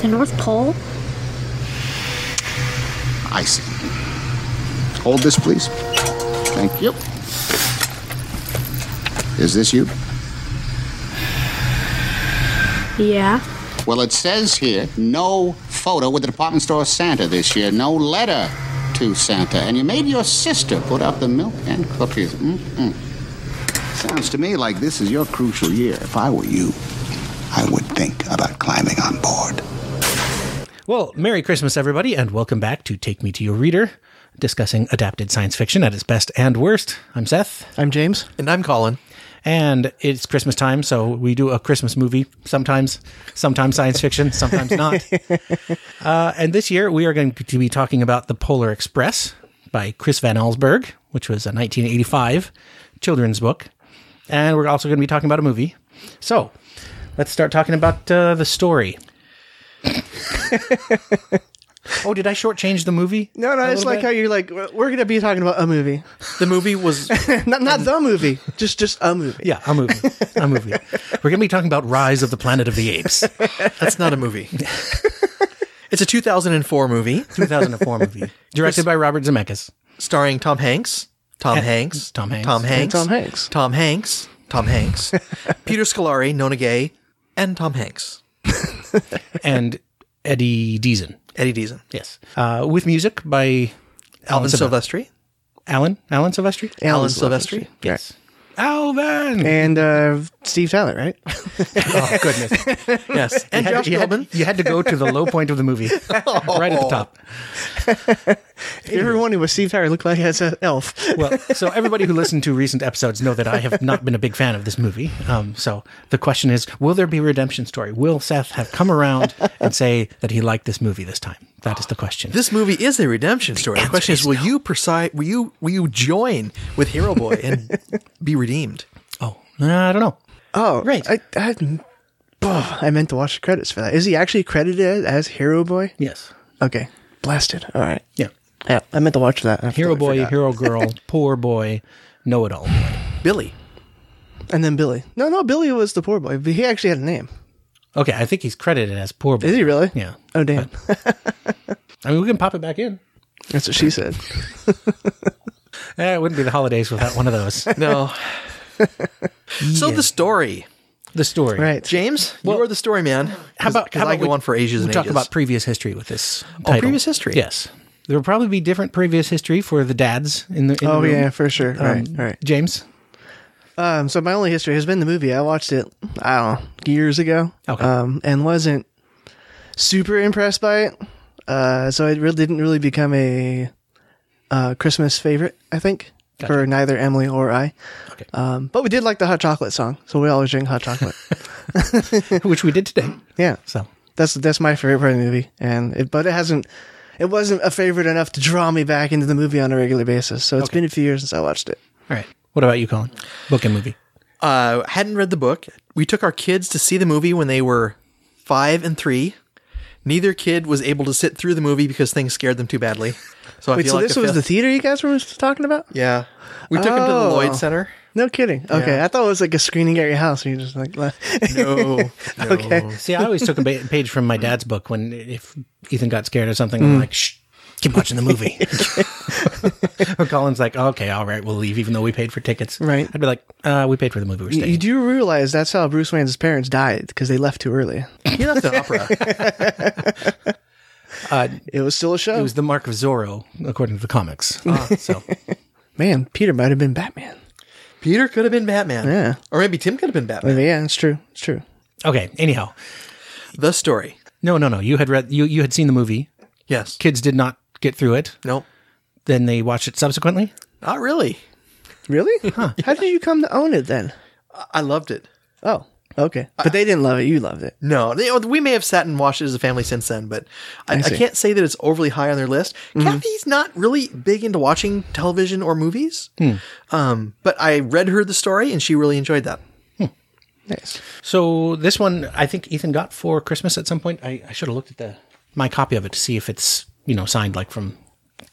The North Pole? I see. Hold this, please. Thank you. Is this you? Yeah. Well, it says here no photo with the department store Santa this year, no letter to Santa, and you made your sister put out the milk and cookies. Mm-mm. Sounds to me like this is your crucial year. If I were you, I would think about climbing on board. Well, Merry Christmas, everybody, and welcome back to Take Me to Your Reader, discussing adapted science fiction at its best and worst. I'm Seth, I'm James. And I'm Colin. and it's Christmas time, so we do a Christmas movie sometimes, sometimes science fiction, sometimes not. Uh, and this year we are going to be talking about The Polar Express by Chris Van Allsburg, which was a 1985 children's book. And we're also going to be talking about a movie. So let's start talking about uh, the story. oh, did I shortchange the movie? No, no, it's like how you're like we're we're gonna be talking about a movie, The movie was not not the movie, just just a movie. Yeah, a movie. A movie. We're going to be talking about Rise of the Planet of the Apes, that's not a movie. it's a 2004 movie 2004 movie, directed by Robert Zemeckis. starring Tom Hanks, Tom And- Hanks, Tom Hanks. Tom And Hanks, Tom Hanks. Tom Hanks, Tom Hanks, Peter Scolari, Nona Gay, and Tom Hanks. and Eddie Deason. Eddie Deason, Yes. Uh, with music by Alvin Silvestri, Alan. Alan Silvestri? Alan Silvestri. Silvestri. Yes. Alvin! and uh, Steve Tyler, right? Oh, goodness. Yes, and You had- Josh you had- Groban. you had to go to the low point of the movie, right at the top. Everyone who was Steve Tyler looked like as an elf. Well, so everybody who listened to recent episodes know that I have not been a big fan of this movie. Um, so the question is, will there be a redemption story? Will Seth have come around and say that he liked this movie this time? That is the question. This movie is a redemption story. The, question is, will you preside? Will you will you join with Hero Boy and be redeemed? oh, I don't know. Oh, Right. I I, oh, I meant to watch the credits for that. Is he actually credited as Hero Boy? Yes. Okay, blasted. All right. Yeah. Yeah, I meant to watch that. after Hero I boy, forgot. hero girl, poor boy, know-it-all. Billy. and then Billy. No, no, Billy was the poor boy, but he actually had a name. Okay, I think he's credited as poor boy. Is he really? Yeah. Oh damn, I mean, we can pop it back in. that's what she said. Eh, it wouldn't be the holidays without one of those. No. so the story, The story. Right. James. Well- you are the story man. How about, how Because I about go we- on for ages We and talk ages. about previous history with this. Oh, title. previous history. Yes. There will probably be different previous history for the dads in the. In Oh the room. yeah, for sure. Um, right, right. James. Um, so my only history has been the movie. I watched it, I don't know, years ago. Okay. Um, and wasn't super impressed by it. Uh, so it really didn't really become a uh, Christmas favorite. I think for neither Emily or I. Okay. Um, but we did like the hot chocolate song, so we always drink hot chocolate. Which we did today. yeah, So that's that's my favorite part of the movie. And it, but it hasn't. It wasn't a favorite enough to draw me back into the movie on a regular basis. So it's been a few years since I watched it. all right. What about you, Colin? Book and movie. uh, hadn't read the book. We took our kids to see the movie when they were five and three. Neither kid was able to sit through the movie because things scared them too badly. So I Wait, feel so like this I was feel- the theater you guys were talking about? yeah. We took them to the Oh. Lloyd Center. No kidding. Okay, I thought it was like a screening at your house. And you just like, le- Oh. No, okay, Oh, See, I always took a ba- page from my dad's book when if Ethan got scared or something, Mm. I'm like, shh, keep watching the movie. But Colin's like, okay, all right, we'll leave, even though we paid for tickets. Right. I'd be like, uh, we paid for the movie. We're you, staying. you do realize that's how Bruce Wayne's parents died because they left too early. he left an opera. It was still a show. It was the mark of Zorro, according to the comics. Uh, So Man, Peter might have been Batman. Peter could have been Batman. Yeah. Or maybe Tim could have been Batman. But yeah, it's true. It's true. okay. Anyhow, The story. no, no, no. You had read you you had seen the movie. Yes. Kids did not get through it. Nope. Then they watched it subsequently. Not really. Really? How did you come to own it then? I- I loved it. Oh, okay. But they didn't love it. You loved it. No, they, oh, we may have sat and watched it as a family since then, but I, Mm-hmm. I, see. can't say that it's overly high on their list. Kathy's not really big into watching television or movies, um, but I read her the story and she really enjoyed that. Nice. So this one, I think Ethan got for Christmas at some point. I, I should have looked at the my copy of it to see if it's you know signed like from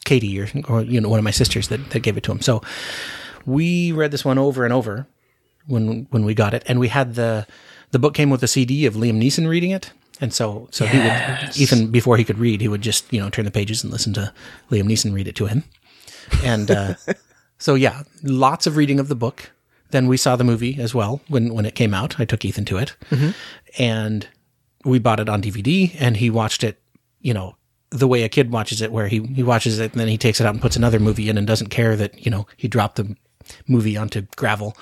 Katie or or you know one of my sisters that, that gave it to him. So we read this one over and over when when we got it, and we had the the book came with a CD of Liam Neeson reading it. And so, so he would Ethan before he could read, he would just you know turn the pages and listen to Liam Neeson read it to him. And uh, so, yeah, lots of reading of the book. Then we saw the movie as well when when it came out. I took Ethan to it, and we bought it on DVD, and he watched it. You know the way a kid watches it, where he he watches it and then he takes it out and puts another movie in and doesn't care that you know he dropped the movie onto gravel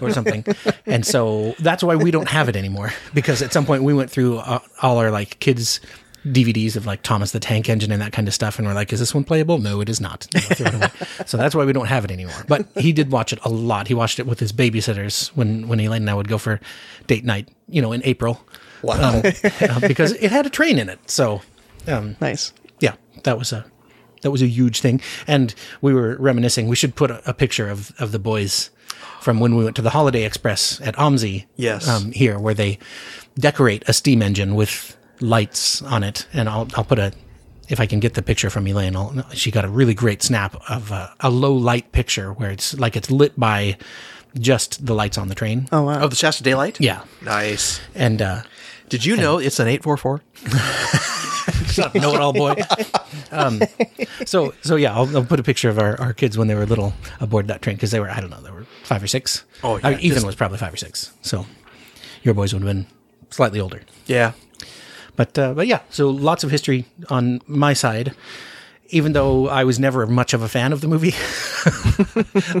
or something. and so that's why we don't have it anymore because at some point we went through uh, all our like kids DVDs of like Thomas the Tank Engine and that kind of stuff and we're like is this one playable? No, it is not. And we threw it away. so that's why we don't have it anymore. But he did watch it a lot. He watched it with his babysitters when when Elaine and I would go for date night, you know, in April. Wow. because it had a train in it. So Nice. yeah, that was a that was a huge thing. And we were reminiscing. We should put a, a picture of of the boys from when we went to the Holiday Express at OMSI. Yes. um, here where they decorate a steam engine with lights on it, and I'll I'll put a. If I can get the picture from Elaine, I'll, she got a really great snap of a, a low light picture where it's like it's lit by just the lights on the train. Oh wow. Oh, the Shasta Daylight? Yeah, Nice. and uh, Did you know it's an 844? know it all boy. Um, so so yeah, I'll, I'll put a picture of our, our kids when they were little aboard that train because they were I don't know they were five or six. Oh, yeah, I mean, Ethan just- was probably five or six. So your boys would have been slightly older. Yeah. But uh, but yeah, so lots of history on my side. Even though I was never much of a fan of the movie,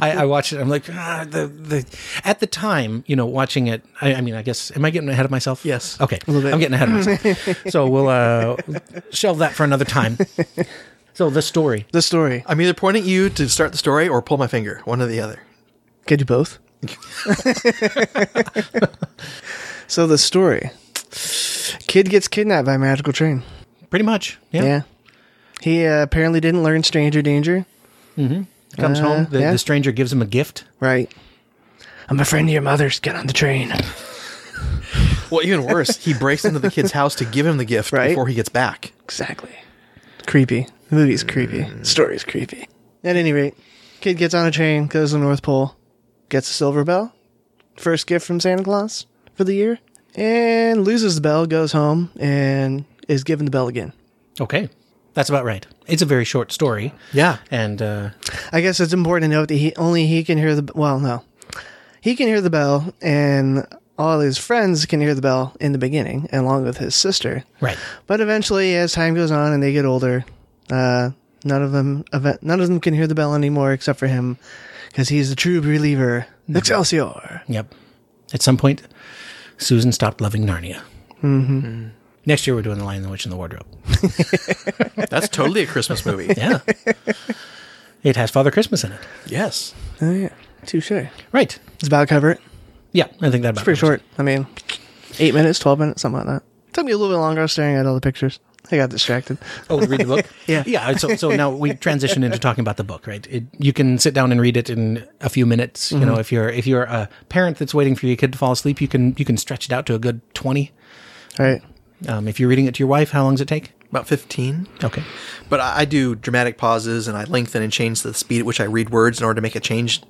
I, I watched it. I'm like, ah, the, the at the time, you know, watching it. I, I mean, I guess, am I getting ahead of myself? Yes. Okay. I'm getting ahead of myself. so we'll uh, shelve that for another time. So the story. the story. I'm either pointing at you to start the story or pull my finger, one or the other. Could do both. so the story. Kid gets kidnapped by a magical train. Pretty much. Yeah. Yeah. He uh, apparently didn't learn stranger danger. Comes home. The, yeah. the stranger gives him a gift. Right. I'm a friend of your mother's. Get on the train. Well, even worse, he breaks into the kid's house to give him the gift Right. before he gets back. Exactly. Creepy. The movie's creepy. Story's creepy. At any rate, kid gets on a train, goes to the North Pole, gets a silver bell, first gift from Santa Claus for the year, and loses the bell, goes home, and is given the bell again. Okay. That's about right. It's a very short story. Yeah. And uh, I guess it's important to note that he only he can hear the well no, he can hear the bell, and all his friends can hear the bell in the beginning, along with his sister. right. But eventually, as time goes on and they get older, uh, none of them ev- none of them can hear the bell anymore except for him, because he's a true believer. Excelsior! Yep. At some point, Susan stopped loving Narnia. Mm-hmm. Next year, we're doing The Lion, the Witch, and the Wardrobe. That's totally a Christmas movie. Yeah. it has Father Christmas in it. Yes. Oh yeah, touche. It's Right. about cover it. Yeah. I think that about covers Pretty short. I mean, eight minutes, twelve minutes, something like that. Took me a little bit longer. I was staring at all the pictures. I got distracted. it. Oh, read the book? yeah. Yeah. So, so now we transition into talking about the book, right? It, you can sit down and read it in a few minutes. You know, if you're, if you're a parent that's waiting for your kid to fall asleep, you can, you can stretch it out to a good 20. All right. Um, if you're reading it to your wife, how long does it take? About 15. Okay. But I, I do dramatic pauses and I lengthen and change the speed at which I read words in order to make a change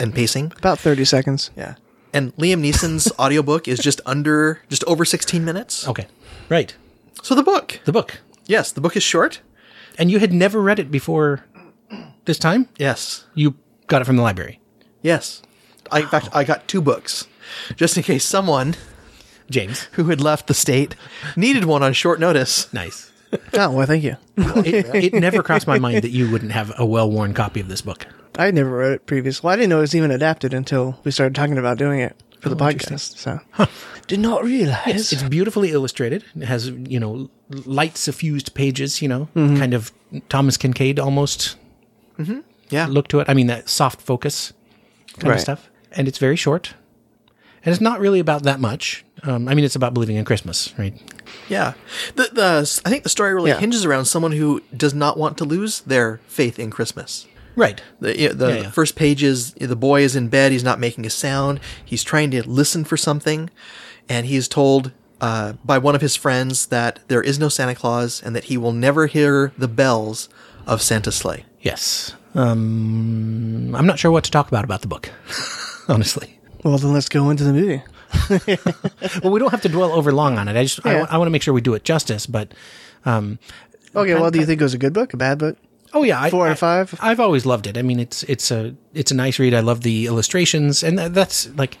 in pacing. About 30 seconds. Yeah. And Liam Neeson's audiobook is just under, just over 16 minutes. Okay. Right. So the book. The book. Yes, the book is short. And you had never read it before this time? Yes. You got it from the library. Yes. I, in fact, I got two books just in case someone James. who had left the state needed one on short notice. Nice. Oh, well, thank you. It, it never crossed my mind that you wouldn't have a well worn copy of this book. I had never read it previously. Well, I didn't know it was even adapted until we started talking about doing it for the podcast. So, Oh, did not realize. It's beautifully illustrated. It has, you know, light suffused pages, you know, kind of Thomas Kincaid almost Yeah. look to it. I mean, that soft focus kind Right. of stuff. And it's very short. And it's not really about that much. Um, I mean, it's about believing in Christmas, right? Yeah. The, the, I think the story really Yeah. hinges around someone who does not want to lose their faith in Christmas. Right. The, you know, the Yeah, yeah. first page is the boy is in bed. He's not making a sound. He's trying to listen for something. And he is told uh, by one of his friends that there is no Santa Claus and that he will never hear the bells of Santa's sleigh. Yes. Um, I'm not sure what to talk about about the book, honestly. well, then let's go into the movie. well, we don't have to dwell over long on it. I just I Yeah. want to make sure we do it justice. But Okay, well, do you think it was a good book, a bad book? oh yeah, I- Four out I, of five? I've always loved it. I mean, it's it's a it's a nice read. I love the illustrations, and tha- that's like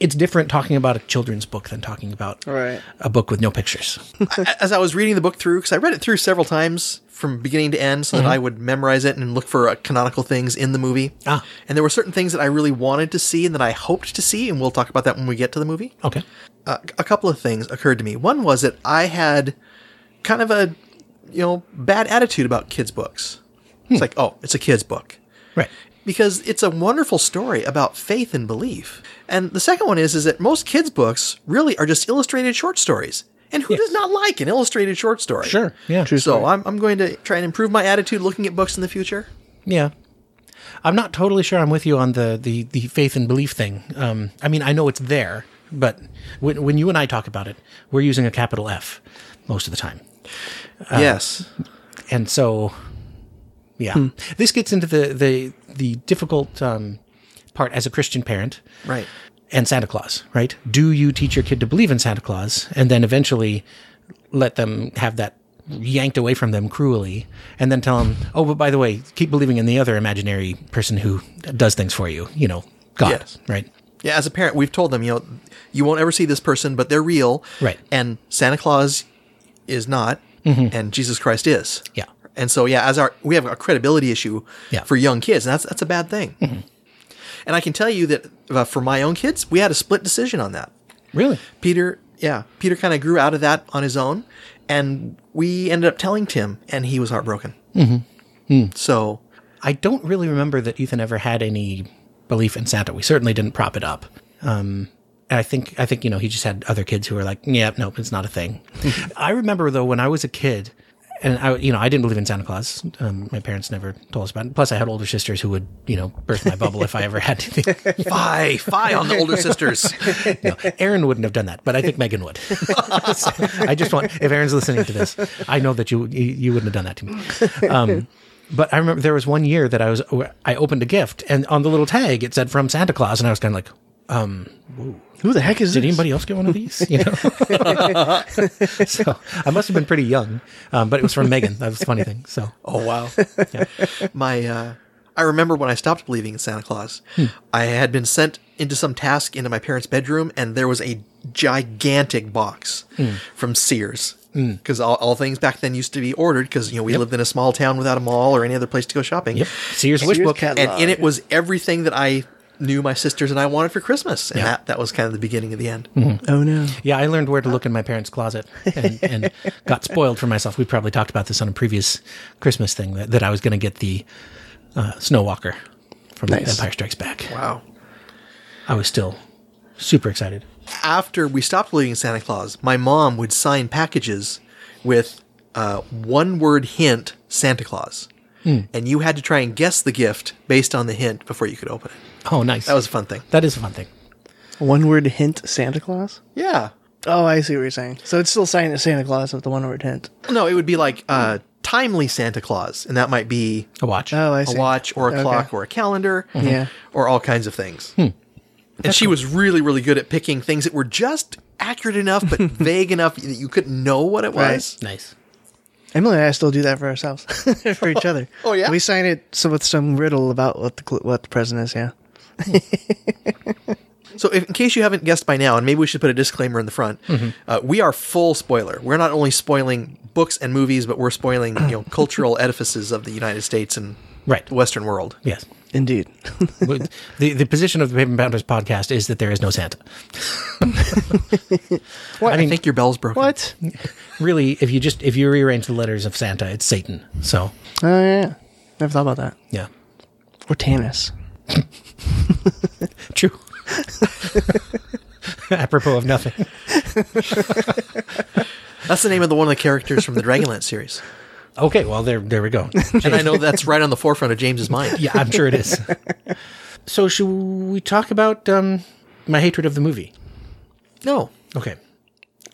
it's different talking about a children's book than talking about Right. a book with no pictures. as I was reading the book through, because I read it through several times from beginning to end, so that Mm-hmm. I would memorize it and look for uh, canonical things in the movie. Ah. And there were certain things that I really wanted to see and that I hoped to see, and we'll talk about that when we get to the movie. okay, Uh, a couple of things occurred to me. One was that I had kind of a you know bad attitude about kids' books. It's Hmm. like, oh, it's a kids' book right. because it's a wonderful story about faith and belief. And the second one is is that most kids books really are just illustrated short stories. And who does not like an illustrated short story? Sure. Yeah. So I'm, I'm going to try and improve my attitude looking at books in the future. Yeah. I'm not totally sure I'm with you on the, the, the faith and belief thing. Um, I mean, I know it's there, but when, when you and I talk about it, we're using a capital F most of the time. Uh, yes. And so, yeah, this gets into the, the, the difficult um, part as a Christian parent Right. and Santa Claus, right? Do you teach your kid to believe in Santa Claus and then eventually let them have that yanked away from them cruelly and then tell them, oh, but by the way, keep believing in the other imaginary person who does things for you, you know, God, Yes. right? Yeah, as a parent, we've told them, you know, you won't ever see this person, but they're real. Right. Mm-hmm. And Santa Claus is not, and Jesus Christ is. Yeah. And so, yeah, as our we have a credibility issue Yeah. Mm-hmm. for young kids, and that's that's a bad thing. And I can tell you that uh, for my own kids, we had a split decision on that. Really? Peter, yeah, Peter kind of grew out of that on his own, and we ended up telling Tim, and he was heartbroken. Mm-hmm. Mm. So, I don't really remember that Ethan ever had any belief in Santa. We certainly didn't prop it up. Um, and I think I think you know he just had other kids who were like, yeah, nope, it's not a thing. I remember though when I was a kid, and I you know I didn't believe in Santa Claus. Um, my parents never told us about it. Plus, I had older sisters who would you know burst my bubble if I ever had anything. fi fi on the older sisters. No, Aaron wouldn't have done that, but I think Megan would. So, I just want if Aaron's listening to this, I know that you you you wouldn't have done that to me. Um, but I remember there was one year that I was I opened a gift and on the little tag it said from Santa Claus and I was kind of like, um, Who the heck is did this? anybody else get one of these? You know, so I must have been pretty young, um, but it was from Megan. That was the funny thing. So Oh wow! My, uh, I remember when I stopped believing in Santa Claus. I had been sent into some task into my parents' bedroom, and there was a gigantic box from Sears because all, all things back then used to be ordered because you know we lived in a small town without a mall or any other place to go shopping. yep, Sears wish Sears book. catalog. And in it was everything that I knew my sisters and I wanted for Christmas, and that that was kind of the beginning of the end. Oh no. Yeah, I learned where to look in my parents' closet and, and got spoiled for myself. We probably talked about this on a previous Christmas thing that, that I was going to get the uh, Snow Walker from Nice. Empire Strikes Back. Wow. I was still super excited. after we stopped believing in Santa Claus, my mom would sign packages with uh, one word hint Santa Claus. Hmm. And you had to try and guess the gift based on the hint before you could open it. Oh, nice. That was a fun thing. that is a fun thing. One word hint Santa Claus? Yeah. Oh, I see what you're saying. So it's still signed as Santa Claus with the one word hint. No, it would be like uh, timely Santa Claus. And that might be A watch. Oh, I a see. watch or a Okay. Mm-hmm. Hmm. clock or a calendar Yeah. or all kinds of things. And she was really, really good at picking things that were just accurate enough but vague enough that you couldn't know what it Right. was. nice. Emily and I still do that for ourselves, for each other. Oh, yeah? We sign it so with some riddle about what the cl- what the present is. Yeah. So, if, in case you haven't guessed by now, and maybe we should put a disclaimer in the front, uh, we are full spoiler. We're not only spoiling books and movies, but we're spoiling you know cultural edifices of the United States and Right. the Western world. Yes. Indeed. But the, the position of the Pavement Bounders podcast is that there is no Santa. I, mean- think your bell's broken. what? Really, if you just if you rearrange the letters of Santa, it's Satan. So Oh yeah. Never thought about that. yeah, Or Tannis. true. Apropos of nothing. That's the name of the one of the characters from the Dragonlance series, Okay, well there there we go. and I know that's right on the forefront of James's mind. Yeah, I'm sure it is. so should we talk about um, my hatred of the movie? No, Okay,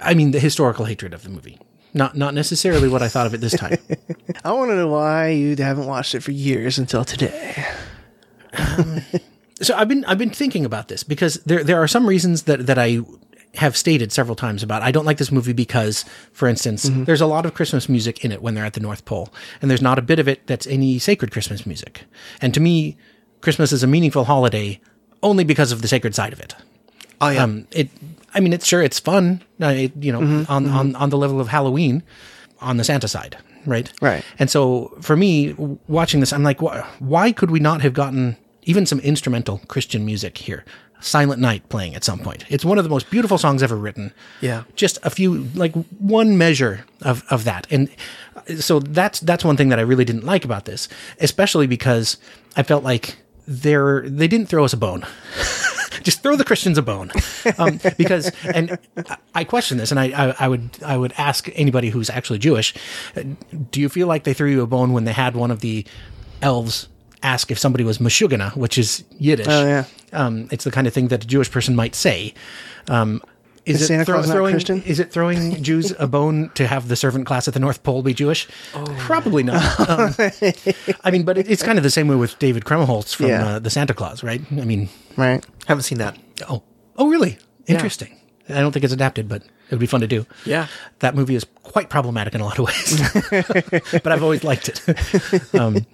I mean the historical hatred of the movie, not not necessarily what I thought of it this time. I want to know why you haven't watched it for years until today. so I've been I've been thinking about this because there there are some reasons that that I have stated several times about I don't like this movie because, for instance, there's a lot of Christmas music in it when they're at the North Pole, and there's not a bit of it that's any sacred Christmas music. And to me, Christmas is a meaningful holiday only because of the sacred side of it. Oh yeah. Um, it, I mean, it's sure it's fun, uh, it, you know, on, on on the level of Halloween, on the Santa side, right? Right. And so for me, w- watching this, I'm like, why, why could we not have gotten even some instrumental Christian music here? Silent Night playing at some point. It's one of the most beautiful songs ever written. Yeah. Just a few, like one measure of, of that. And uh, so that's, that's one thing that I really didn't like about this, especially because I felt like they're, they didn't throw us a bone. Just throw the Christians a bone, um, because and I- I question this, and I, I, I would I would ask anybody who's actually Jewish, uh, do you feel like they threw you a bone when they had one of the elves ask if somebody was Meshuggah, which is Yiddish? Oh, yeah. um, it's the kind of thing that a Jewish person might say. Um, is, Is it Santa throw- Claus not throwing Christian? is it throwing Jews a bone to have the servant class at the North Pole be Jewish? Oh, Probably not. Um, I mean, but it, it's kind of the same way with David Kremholz from Yeah. uh, the Santa Claus, right? I mean, Right. Haven't seen that. Oh, oh, really? Interesting. I don't think it's adapted, but it would be fun to do. Yeah. that movie is quite problematic in a lot of ways, but I've always liked it. um,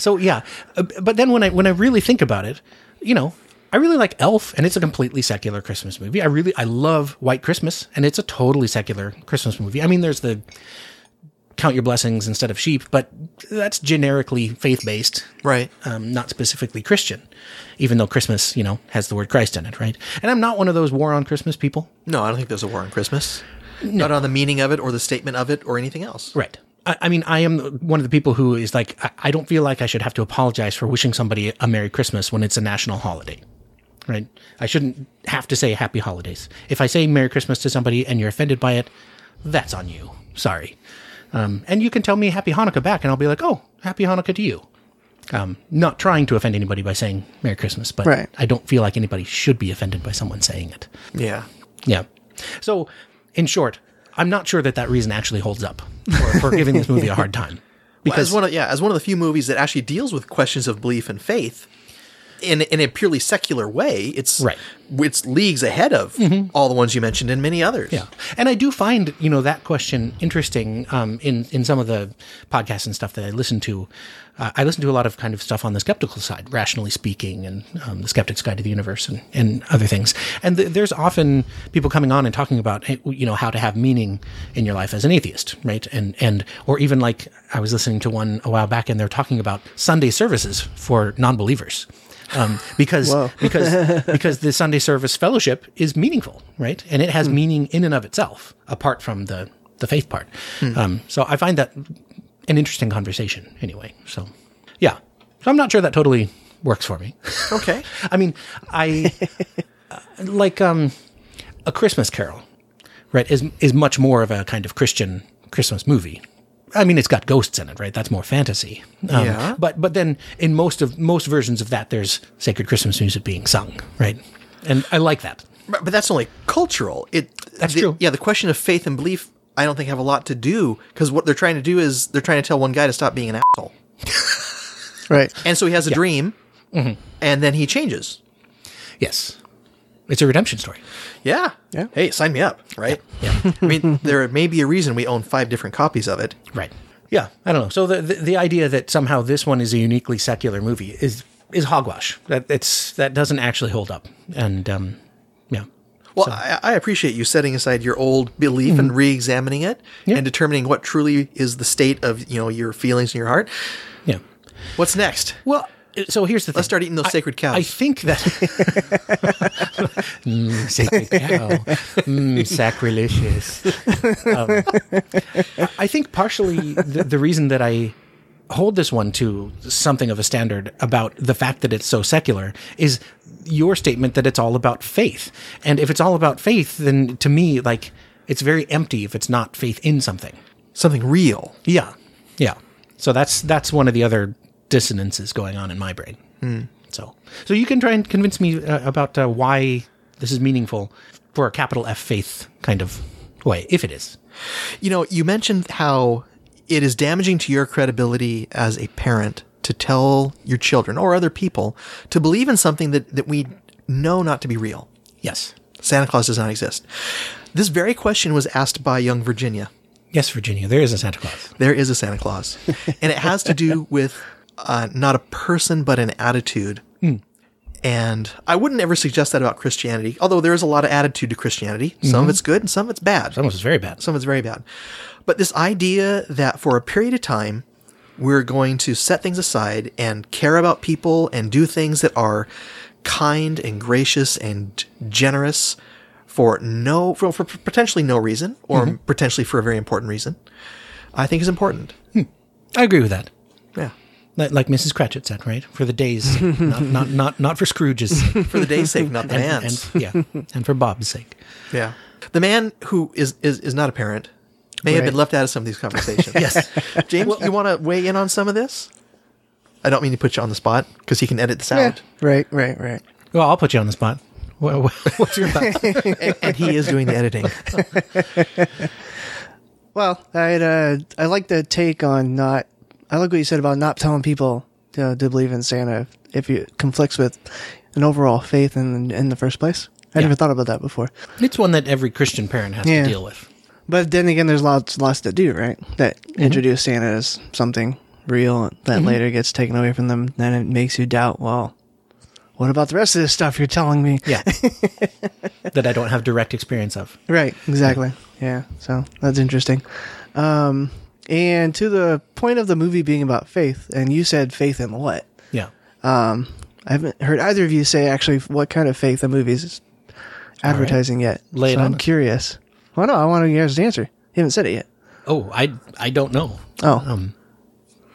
so yeah, Uh, but then when I when I really think about it, you know, I really like Elf, and it's a completely secular Christmas movie. I really I love White Christmas, and it's a totally secular Christmas movie. I mean, there's the count your blessings instead of sheep, but that's generically faith based Right. um, not specifically Christian, even though Christmas, you know, has the word Christ in it, right? And I'm not one of those war on Christmas people. No, I don't think there's a war on Christmas. Not on the meaning of it or the statement of it or anything else. Right. I, I mean, I am one of the people who is like, I, I don't feel like I should have to apologize for wishing somebody a Merry Christmas when it's a national holiday, right? I shouldn't have to say Happy Holidays. If I say Merry Christmas to somebody and you're offended by it, that's on you. Sorry. Um, and you can tell me Happy Hanukkah back, and I'll be like, oh, Happy Hanukkah to you. Um, not trying to offend anybody by saying Merry Christmas, but Right. I don't feel like anybody should be offended by someone saying it. Yeah. Yeah. So, in short, I'm not sure that that reason actually holds up for, for giving this movie a hard time. Because Because as one of, yeah, as one of the few movies that actually deals with questions of belief and faith in in a purely secular way, it's Right. Mm-hmm. it's leagues ahead of all the ones you mentioned and many others. yeah, and I do find you know that question interesting um, in in some of the podcasts and stuff that I listen to. Uh, I listen to a lot of kind of stuff on the skeptical side, rationally speaking, and um, the Skeptic's Guide to the Universe, and, and other things. And th- there's often people coming on and talking about hey, you know how to have meaning in your life as an atheist, right? And and or even like I was listening to one a while back, and they're talking about Sunday services for non-believers. um, because because because the Sunday service fellowship is meaningful, right? And it has meaning in and of itself, apart from the the faith part. Um, so I find that an interesting conversation, anyway. So yeah, so I'm not sure that totally works for me. Okay. I mean, I uh, like um, a Christmas Carol, right? Is is much more of a kind of Christian Christmas movie. I mean, it's got ghosts in it, right? That's more fantasy. Um, Yeah. But but then in most of most versions of that, there's sacred Christmas music being sung, right? And I like that. But, but that's only cultural. It That's the- true. Yeah, the question of faith and belief I don't think have a lot to do because what they're trying to do is they're trying to tell one guy to stop being an asshole, Right. and so he has a dream, Mm-hmm. and then he changes. Yes, it's a redemption story. Yeah. Yeah. Hey, sign me up. Right. Yeah. I mean, there may be a reason we own five different copies of it. Right. Yeah, I don't know. So the, the the idea that somehow this one is a uniquely secular movie is is hogwash. That it's that doesn't actually hold up. And um, yeah, Well, I, I appreciate you setting aside your old belief and re-examining it Yeah. and determining what truly is the state of you know your feelings in your heart. yeah. What's next? Well, so here's the thing. Let's start eating those I- sacred cows. I think that Mm, sacred cow, Mm, sacrilegious. Um, I think partially the, the reason that I hold this one to something of a standard about the fact that it's so secular is your statement that it's all about faith. And if it's all about faith, then to me, like it's very empty if it's not faith in something. Something real. Yeah, yeah. So that's that's one of the other dissonances going on in my brain. So, so you can try and convince me uh, about uh, why this is meaningful for a capital F faith kind of way, if it is. You know, you mentioned how it is damaging to your credibility as a parent to tell your children or other people to believe in something that, that we know not to be real. Yes. Santa Claus does not exist. This very question was asked by young Virginia. Yes, Virginia, there is a Santa Claus. There is a Santa Claus, and it has to do with uh, not a person but an attitude. And I wouldn't ever suggest that about Christianity, although there is a lot of attitude to Christianity. Some of it's good and some of it's bad. That was very bad. Some of it's very bad. But this idea that for a period of time, we're going to set things aside and care about people and do things that are kind and gracious and generous for no, for, for potentially no reason or Mm-hmm. potentially for a very important reason, I think is important. I agree with that. Yeah. Like, like Mrs. Cratchit said, right? For the days, not, not not not for Scrooge's sake. For the day's sake, not the and, man's. and yeah, and for Bob's sake. Yeah. The man who is, is, is not a parent may have Right. been left out of some of these conversations. yes. James, you want to weigh in on some of this? I don't mean to put you on the spot because he can edit this out. Right, right, right. Well, I'll put you on the spot. Wha- wha- What's your thoughts? And, and he is doing the editing. Well, I uh, I like the take on not. I like what you said about not telling people to, to believe in Santa if it conflicts with an overall faith in in the first place. I never thought about that before. it's one that every Christian parent has Yeah. to deal with. But then again, there's lots lots to do, right? That introduce Santa as something real that later gets taken away from them. Then it makes you doubt. Well, what about the rest of this stuff you're telling me? Yeah, that I don't have direct experience of. Right, exactly. Yeah, so that's interesting. Um, and to the point of the movie being about faith, and you said faith in what? Um, Yeah, I haven't heard either of you say actually what kind of faith the movie's is advertising yet. Lay it so on I'm us. curious. Well, no, I want you guys to answer. You haven't said it yet. Oh, I I don't know. Oh. um,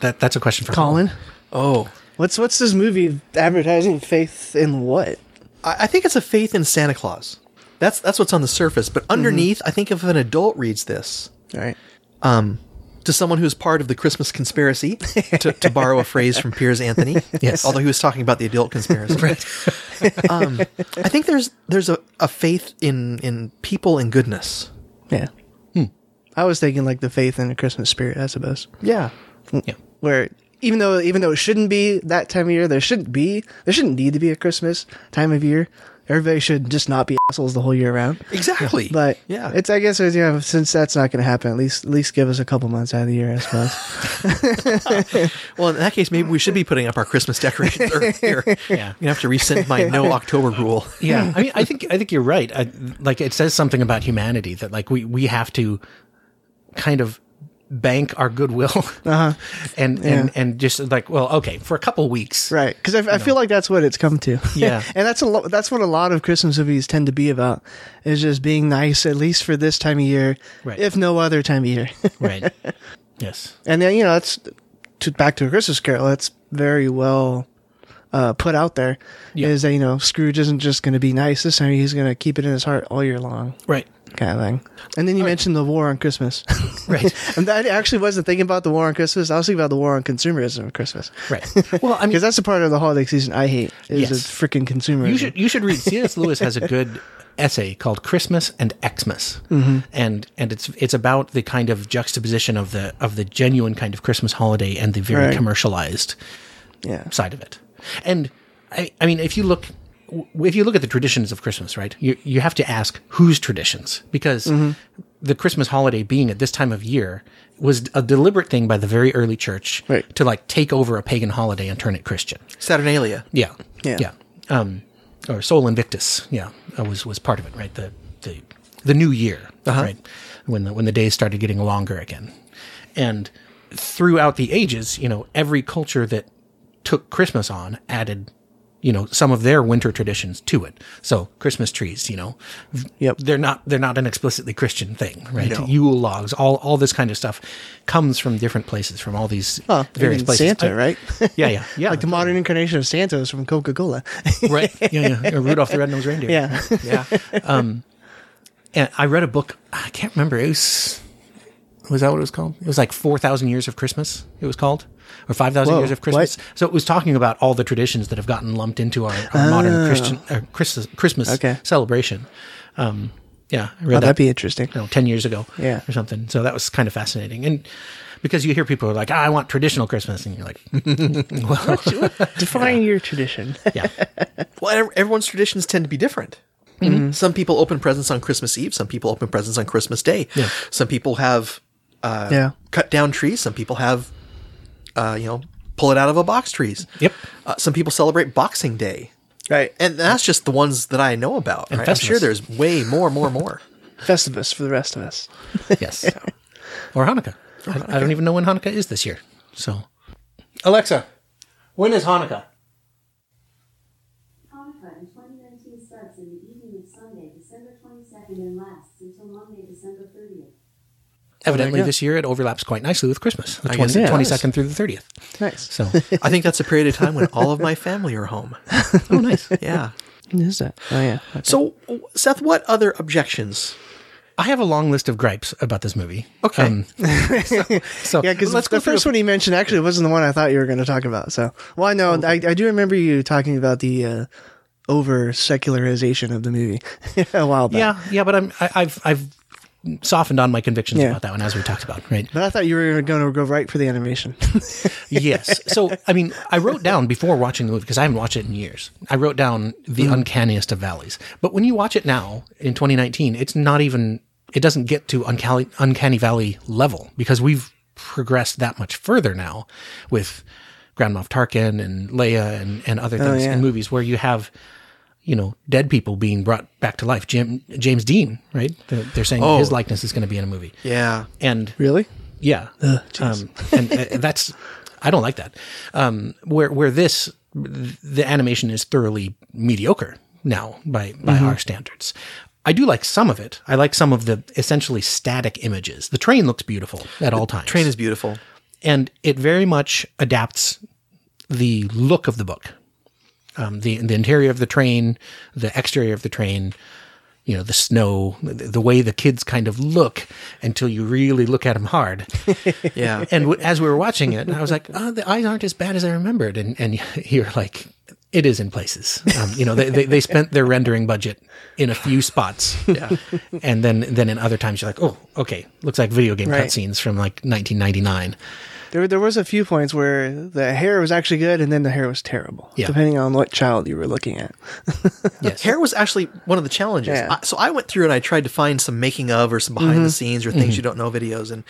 that that's a question for Colin, Oh. what's what's this movie advertising faith in what? I, I think it's a faith in Santa Claus. That's, that's what's on the surface. But underneath, I think if an adult reads this, All right. to someone who's part of the Christmas conspiracy, to, to borrow a phrase from Piers Anthony. Yes. Although he was talking about the adult conspiracy. um, I think there's there's a, a faith in in people and goodness. Yeah. Hmm. I was thinking like the faith in the Christmas spirit, I suppose. Yeah. Yeah, Where even though even though it shouldn't be that time of year, there shouldn't be there shouldn't need to be a Christmas time of year. Everybody should just not be assholes the whole year round. Exactly. But yeah. it's I guess it's, you know, since that's not going to happen, at least at least give us a couple months out of the year, I suppose. well, in that case, maybe we should be putting up our Christmas decorations earlier. Yeah. I'm gonna have to rescind my no October rule. yeah. I mean, I think I think you're right. I, like, it says something about humanity that like we we have to kind of bank our goodwill, Uh-huh. and and and just like, well, okay, for a couple weeks, right? Because I, I feel like that's what it's come to. Yeah. and that's a lo- that's what a lot of Christmas movies tend to be about is just being nice, at least for this time of year, Right. if no other time of year. right? Yes, and then you know that's to, back to a Christmas Carol. That's very well uh, put out there. Is Yeah. that you know Scrooge isn't just going to be nice this time; he's going to keep it in his heart all year long, right, kind of thing. And then you mentioned the war on Christmas. right. And I actually wasn't thinking about the war on Christmas. I was thinking about the war on consumerism of Christmas. Right. Well, I mean- because that's the part of the holiday season I hate Yes. is the freaking consumerism. You should you should read. C.S. Lewis has a good essay called Christmas and Xmas, Mm-hmm. and and it's it's about the kind of juxtaposition of the of the genuine kind of Christmas holiday and the very Right. commercialized yeah. side of it. And I, I mean, if you look, w- if you look at the traditions of Christmas, right, you, you have to ask whose traditions, because Mm-hmm. the Christmas holiday being at this time of year was a deliberate thing by the very early church Right. to like take over a pagan holiday and turn it Christian. Saturnalia. Yeah. Yeah. Yeah. Um, or Sol Invictus. Yeah. uh, was, was part of it, right? The, the, the new year, Uh-huh. right? When the, when the days started getting longer again. And throughout the ages, you know, every culture that took Christmas on added, you know, some of their winter traditions to it. So Christmas trees, you know, Yep. they're not, they're not an explicitly Christian thing, right? Yule logs, all, all this kind of stuff comes from different places, from all these Huh, various even places. Santa, I- right? Yeah. Yeah. Yeah. like the modern incarnation of Santa is from Coca Cola. right? Yeah, yeah. Or Rudolph the Red-Nosed Reindeer. yeah. yeah. Um, and I read a book. I can't remember. It was was that what it was called? It was like four thousand years of Christmas. It was called, or five thousand Whoa, years of Christmas. what? So it was talking about all the traditions that have gotten lumped into our, our modern Christian uh, Christmas, Christmas Oh. Okay. celebration. Um, yeah, I read that Oh, that'd be interesting. you know, 10 years ago Yeah. or something. So that was kind of fascinating. And because you hear people are like, "Ah, I want traditional Christmas, and you're like, well, Define your tradition. yeah, Well, ev- everyone's traditions tend to be different. Some people open presents on Christmas Eve. Some people open presents on Christmas Day. Yeah. Some people have uh, yeah. cut down trees. Some people have, uh, you know, pull it out of a box trees. Yep. Uh, some people celebrate Boxing Day, Right. And and that's just the ones that I know about. And right? I'm Festivus. sure there's way more, more, more. Festivus for the rest of us. yes, or Hanukkah. I, I don't even know when Hanukkah is this year. So, Alexa, when is Hanukkah? Hanukkah in 2019 starts in the evening of Sunday, December 22nd and lasts until Monday, December 30th. Evidently, go. this year it overlaps quite nicely with Christmas, the I guess 20, it does. 22nd through the thirtieth. Nice. So, I think that's a period of time when all of my family are home. oh, nice. Yeah. What is that? Oh, yeah. Okay. So, Seth, what other objections? I have a long list of gripes about this movie. Um, Okay. so Yeah, because Let's the go through first the- one you mentioned actually wasn't the one I thought you were going to talk about. So, well, I know I, I do remember you talking about the uh, over secularization of the movie a while back. yeah, yeah, but I'm I, I've I've softened on my convictions Yeah. about that one as we talked about, right? but I thought you were going to go right for the animation. yes. So, I mean, I wrote down before watching the movie because I haven't watched it in years. I wrote down the Mm-hmm. uncanniest of valleys. But when you watch it now in 2019, it's not even. It doesn't get to uncanny, uncanny valley level because we've progressed that much further now with Grand Moff Tarkin and Leia and and Oh, other things yeah. in movies where you have. You know, dead people being brought back to life. Jim, James Dean, right? They're, they're saying that his Oh. likeness is going to be in a movie, yeah. and really? yeah. um, and uh, that's, I don't like that. Um, where, where this, the animation is thoroughly mediocre now by, by Mm-hmm. our standards. I do like some of it. I like some of the essentially static images. The train looks beautiful at all times. Train is beautiful. and it very much adapts the look of the book. Um, the, the interior of the train, the exterior of the train, you know the snow, the, the way the kids kind of look until you really look at them hard. Yeah. And w- as we were watching it, I was like, oh, the eyes aren't as bad as I remembered. And, and you're like, it is in places. Um, you know, they, they, they spent their rendering budget in a few spots. Yeah. And then, then in other times, you're like, oh, okay, looks like video game Right. cutscenes from like 1999. There, there was a few points where the hair was actually good, and then the hair was terrible, Yeah. depending on what child you were looking at. Yes. Hair was actually one of the challenges. Yeah. I, so I went through and I tried to find some making of or some behind the scenes or things you don't know videos, and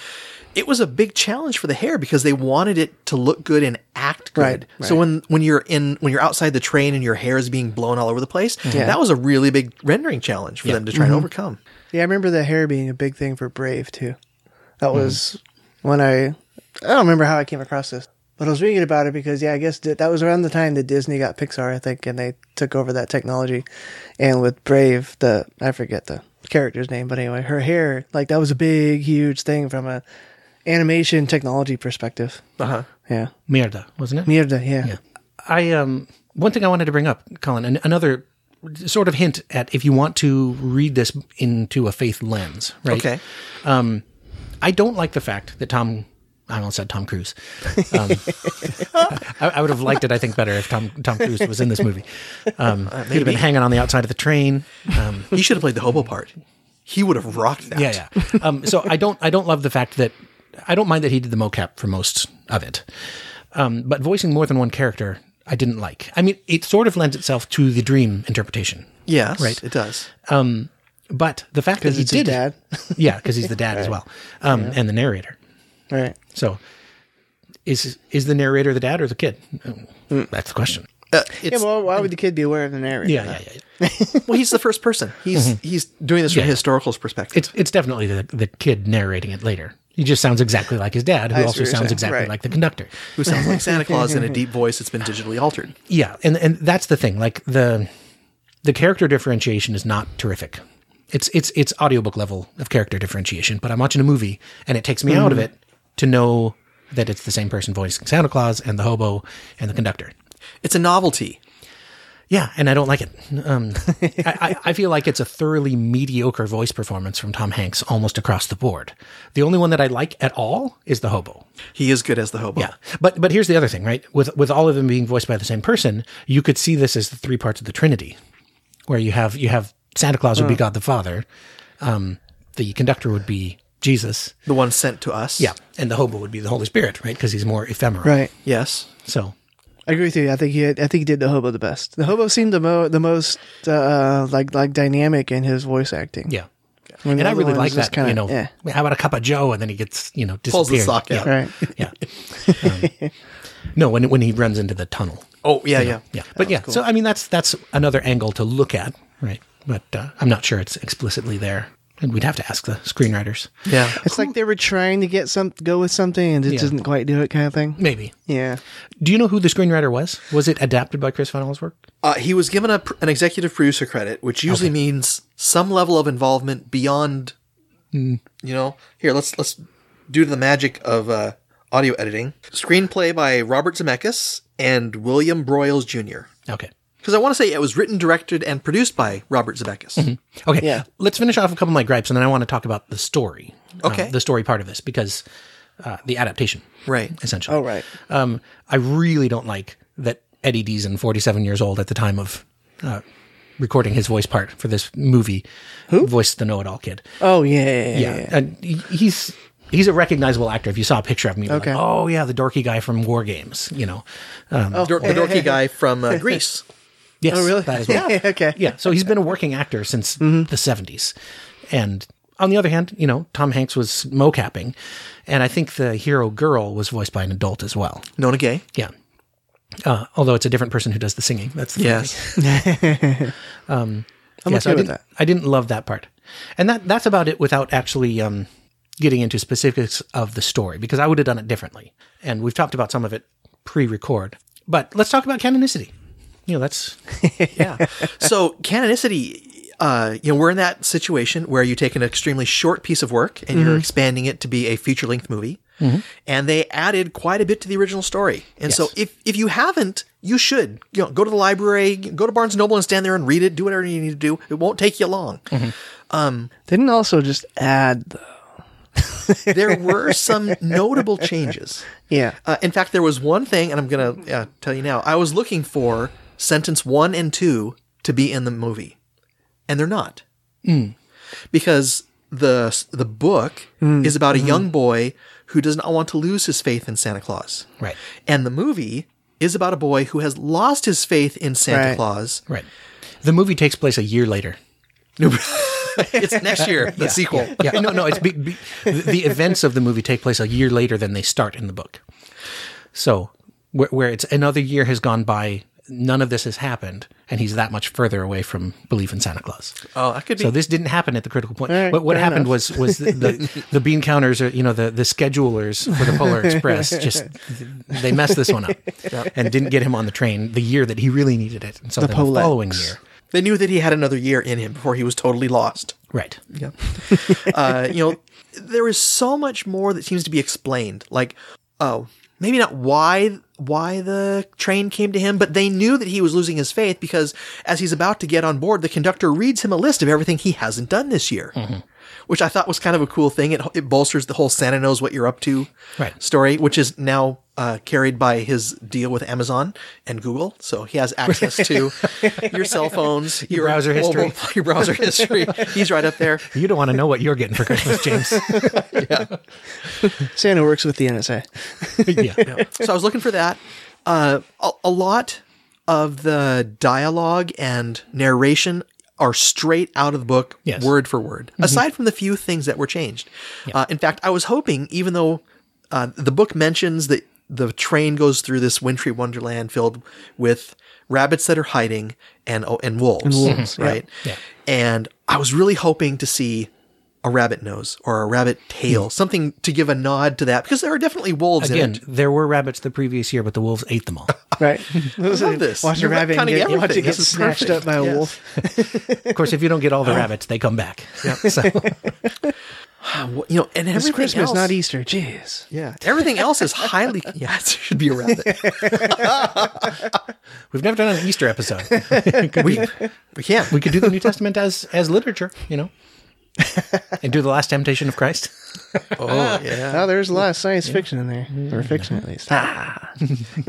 it was a big challenge for the hair because they wanted it to look good and act good. Right, So right. when when you're in when you're outside the train and your hair is being blown all over the place, that was a really big rendering challenge for them to try and overcome. Yeah, I remember the hair being a big thing for Brave too. That was when I I don't remember how I came across this, but I was reading about it because yeah, I guess that that was around the time that Disney got Pixar, I think, and they took over that technology. And with Brave, the I forget the character's name, but anyway, her hair like that was a big, huge thing from a animation technology perspective. Uh huh. Yeah, Mierda, wasn't it? Mierda, yeah. Yeah. I um one thing I wanted to bring up, Colin, and another sort of hint at if you want to read this into a faith lens, right? Okay. I don't like the fact that Tom. I almost said Tom Cruise. Um, I, I would have liked it, I think, better if Tom Tom Cruise was in this movie. Um, Uh, he'd have been hanging on the outside of the train. Um, He should have played the hobo part. He would have rocked that. yeah, yeah. Um, so I don't I don't love the fact that I don't mind that he did the mocap for most of it, um, but voicing more than one character I didn't like. I mean, it sort of lends itself to the dream interpretation, Yes. Right. It does. but the fact that Because he it's his did, dad. yeah, because he's the dad as well, um, and the narrator. right. So, is is the narrator the dad or the kid? Mm, That's the question. Uh, it's, Yeah, well, why would the kid be aware of the narrator? yeah. well, he's the first person. He's he's doing this from a Mm-hmm. Yeah. historical perspective. It's it's definitely the the kid narrating it later. He just sounds exactly like his dad, who see what also you're sounds saying. exactly Right. like the conductor. who sounds like Santa Claus in a deep voice that's been digitally altered. Yeah, and and that's the thing. Like the the character differentiation is not terrific. It's it's it's audiobook level of character differentiation, but I'm watching a movie and it takes me Mm. out of it to know that it's the same person voicing Santa Claus and the hobo and the conductor. It's a novelty. Yeah, and I don't like it. Um, I, I, I feel like it's a thoroughly mediocre voice performance from Tom Hanks almost across the board. The only one that I like at all is the hobo. He is good as the hobo. Yeah, but but here's the other thing, right? With with all of them being voiced by the same person, you could see this as the three parts of the Trinity, where you have you have Santa Claus would be God the Father, um, the conductor would be Jesus. the one sent to us. Yeah, and the hobo would be the Holy Spirit, right? Because he's more ephemeral. Right. Yes. So I agree with you. I think he, I think he did the hobo the best. The hobo seemed the mo the most uh, like like dynamic in his voice acting. yeah, I mean, the and I other really one like was just that. you know, kinda, eh. how about a cup of Joe, and then he gets you know Pulls the disappeared. sock out. Yeah, right? yeah. Um, no, when when he runs into the tunnel. Oh yeah, yeah, Yeah, but yeah. So I mean, that's that's another angle to look at, right? But uh, I'm not sure it's explicitly there, and we'd have to ask the screenwriters. yeah. It's like they were trying to get some go with something and it Yeah. didn't quite do it, kind of thing. Maybe. Yeah, Do you know who the screenwriter was? Was it adapted by Chris Van All's work? Uh, he was given a, pr- an executive producer credit, which usually means some level of involvement beyond. Mm. You know, here let's let's due to the magic of uh, audio editing. Screenplay by Robert Zemeckis and William Broyles Jr. Okay. Because I want to say it was written, directed, and produced by Robert Zemeckis. Okay. Yeah. Let's finish off a couple of my gripes, and then I want to talk about the story. uh, Okay. the story part of this because uh, the adaptation, Right. essentially. Oh, right. Um, I really don't like that Eddie Deason, 47 years old at the time of uh, recording his voice part for this movie, who voiced the know-it-all kid. Oh yeah, yeah, yeah. And he- he's he's a recognizable actor. If you saw a picture of him, you'd be Okay. like, oh yeah, the dorky guy from War Games. You know, um, Dor- the dorky guy from uh, Greece. yes, Oh, really? that as well. Yeah, okay. Mm-hmm. yeah. So he's been a working actor since the '70s, and on the other hand, you know, Tom Hanks was mocapping, and I think the hero girl was voiced by an adult as well. Nona Gay. Yeah. Uh, although it's a different person who does the singing. That's the thing. Yes. I'm Yeah, okay so I, with didn't, that. I didn't love that part, and that that's about it without actually um, getting into specifics of the story because I would have done it differently. And we've talked about some of it pre-record, but let's talk about canonicity. You know, that's yeah. So canonicity, uh, you know, we're in that situation where you take an extremely short piece of work and you're expanding it to be a feature length movie. And they added quite a bit to the original story. And so if, if you haven't, you should, you know, go to the library, go to Barnes and Noble and stand there and read it, do whatever you need to do. It won't take you long. They didn't also just add. The, There were some notable changes. yeah, Uh, in fact, there was one thing, and I'm going to uh, tell you now. I was looking for sentence one and two to be in the movie, and they're not, Hmm. because the the book Hmm. is about a young boy who does not want to lose his faith in Santa Claus, right, and the movie is about a boy who has lost his faith in Santa Right. Claus. right. The movie takes place a year later. it's next year, the sequel. Yeah, no, no. It's be, be, the- the events of the movie take place a year later than they start in the book. So where, where it's another year has gone by, none of this has happened, and he's that much further away from belief in Santa Claus. Oh, that could be. So this didn't happen at the critical point. right, but what fair happened enough. was was the, the, the bean counters or you know the the schedulers for the Polar Express just they messed this one up and didn't get him on the train the year that he really needed it. And so the, the Polex. following year, they knew that he had another year in him before he was totally lost. right? Yeah. uh, you know, there is so much more that seems to be explained. Like, oh, maybe not why why the train came to him, but they knew that he was losing his faith because as he's about to get on board, the conductor reads him a list of everything he hasn't done this year. Mm-hmm. Which I thought was kind of a cool thing. It, it bolsters the whole Santa knows what you're up to Right. story, which is now uh, carried by his deal with Amazon and Google. So he has access to your cell phones, your, browser history. your browser history. He's right up there. You don't want to know what you're getting for Christmas, James. Santa works with the NSA. yeah. so I was looking for that. Uh, a, a lot of the dialogue and narration are straight out of the book, Yes. word for word. Aside from the few things that were changed. Uh, in fact, I was hoping, even though uh, the book mentions that the train goes through this wintry wonderland filled with rabbits that are hiding and oh, and wolves, wolves, yeah. right? And I was really hoping to see. A rabbit nose or a rabbit tail, something to give a nod to that, because there are definitely wolves in it. Again, there were rabbits the previous year, but the wolves ate them all. Right. love this. Watch You're a rabbit retconning get, watch everything. it get This is snatched perfect. up by a Yes. wolf. Of course, if you don't get all the rabbits, they come back. So, Well, you know, and It's everything Christmas, else, not Easter. Jeez. yeah, everything else is highly. Yeah, it should be a rabbit. we've never done an Easter episode. Could we, We can't. we could do the New Testament as as literature, you know, and do the Last Temptation of Christ. oh, yeah. Oh, there's a lot of science fiction in there, or fiction at least. Ah,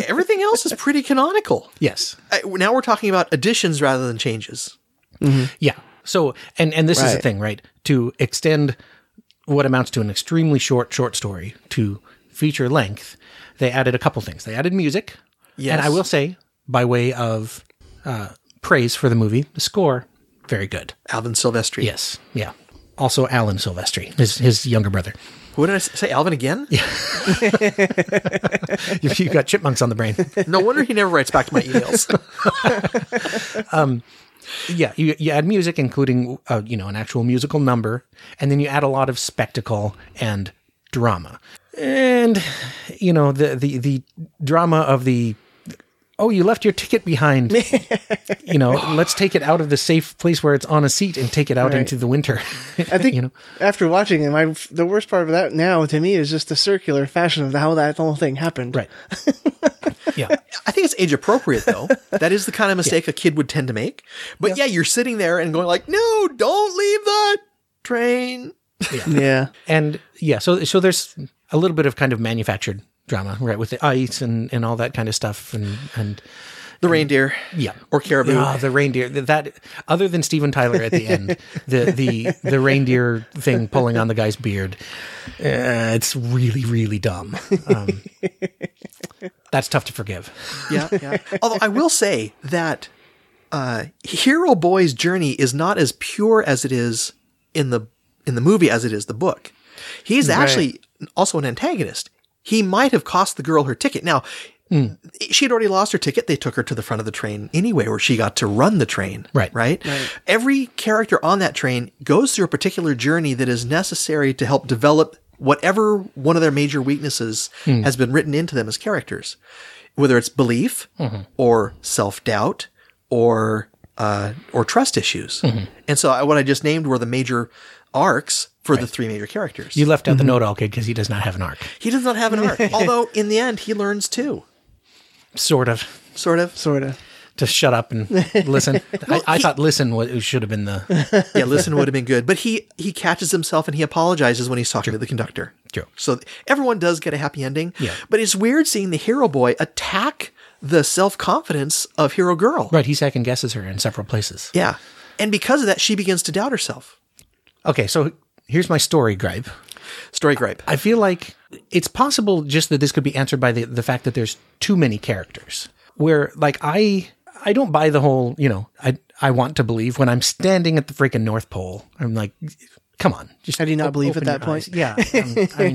everything else is pretty canonical. Yes. Uh, now we're talking about additions rather than changes. Yeah. So, and and this is the Right. thing, right? To extend what amounts to an extremely short short story to feature length, they added a couple things. They added music. Yes. And I will say, by way of uh, praise for the movie, the score, very good. Alvin Silvestri. Yes. Yeah. Also, Alan Silvestri, his, his younger brother. What did I s- say? Alvin again? If You've got chipmunks on the brain. No wonder he never writes back to my emails. yeah, you, you add music, including uh, you know an actual musical number, and then you add a lot of spectacle and drama, and you know the the the drama of the oh you left your ticket behind, you know let's take it out of the safe place where it's on a seat and take it out Right. into the winter. I think you know after watching it, my the worst part of that now to me is just the circular fashion of how that whole thing happened. right. yeah, I think it's age appropriate though. That is the kind of mistake a kid would tend to make. But yeah. you're sitting there and going like, "No, don't leave the train." Yeah. and yeah, so so there's a little bit of kind of manufactured drama, right, with the ice and and all that kind of stuff, and and. The reindeer. Yeah, Or caribou. Ah, the reindeer. Th- That other than Steven Tyler at the end, the the the reindeer thing pulling on the guy's beard. Uh, it's really really dumb. Um, that's tough to forgive. yeah, yeah. Although I will say that uh, Hero Boy's journey is not as pure as it is in the in the movie as it is the book. He's actually also an antagonist. He might have cost the girl her ticket. Now, she had already lost her ticket. They took her to the front of the train anyway, where she got to run the train. Right. Right. Every character on that train goes through a particular journey that is necessary to help develop whatever one of their major weaknesses Hmm. has been written into them as characters, whether it's belief Mm-hmm. or self doubt or uh, or trust issues. Mm-hmm. And so, I, what I just named were the major arcs for the three major characters. You left out the know-it-all kid because he does not have an arc. he does not have an arc, although in the end, he learns too. Sort of Sort of. Sort of. to shut up and listen. I, I thought listen was, should have been the yeah, listen would have been good. But he he catches himself and he apologizes when he's talking to the conductor. True. So th- everyone does get a happy ending. Yeah. But it's weird seeing the hero boy attack the self confidence of hero girl. right. He second guesses her in several places. Yeah. And because of that, she begins to doubt herself. Okay, so here's my story gripe. Story gripe. I feel like it's possible just that this could be answered by the, the fact that there's too many characters. Where like I I don't buy the whole, you know, I I want to believe when I'm standing at the freaking North Pole. I'm like, come on. Just How do you not op- believe at open that your point? eyes. Yeah. um, I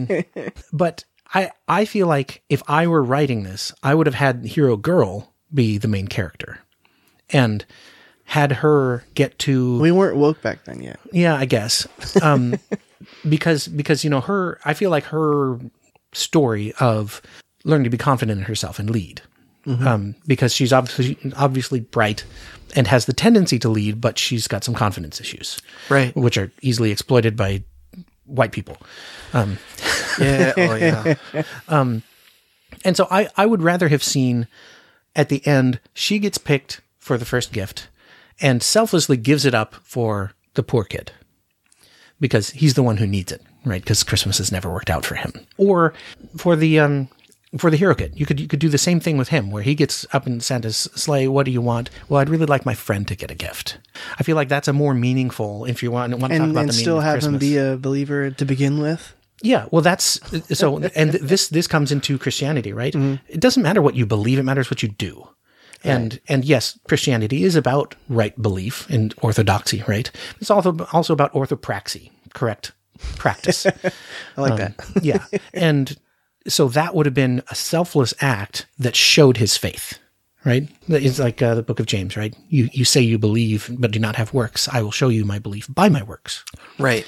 mean, but I I feel like if I were writing this, I would have had Hero Girl be the main character. And had her get to We weren't woke back then yet. yeah, I guess. Um, because because you know her, I feel like her story of learning to be confident in herself and lead, um, because she's obviously obviously bright and has the tendency to lead, but she's got some confidence issues, Right. which are easily exploited by white people. Yeah. Oh, yeah. And so I, I would rather have seen at the end, she gets picked for the first gift and selflessly gives it up for the poor kid because he's the one who needs it, right? Because Christmas has never worked out for him or for the, um, for the hero kid, you could you could do the same thing with him, where he gets up in Santa's sleigh. What do you want? Well, I'd really like my friend to get a gift. I feel like that's a more meaningful. If you want, want to talk And, about and the still meaning of have him Christmas. be a believer to begin with. Yeah, well, that's uh, so, and th- this this comes into Christianity, right? Mm-hmm. It doesn't matter what you believe; it matters what you do. And and yes, Christianity is about right belief and orthodoxy, right? It's also also about orthopraxy, correct practice. I like Um, that. yeah, and so that would have been a selfless act that showed his faith, right? It's like uh, the Book of James, right? You you say you believe, but do not have works. I will show you my belief by my works. Right.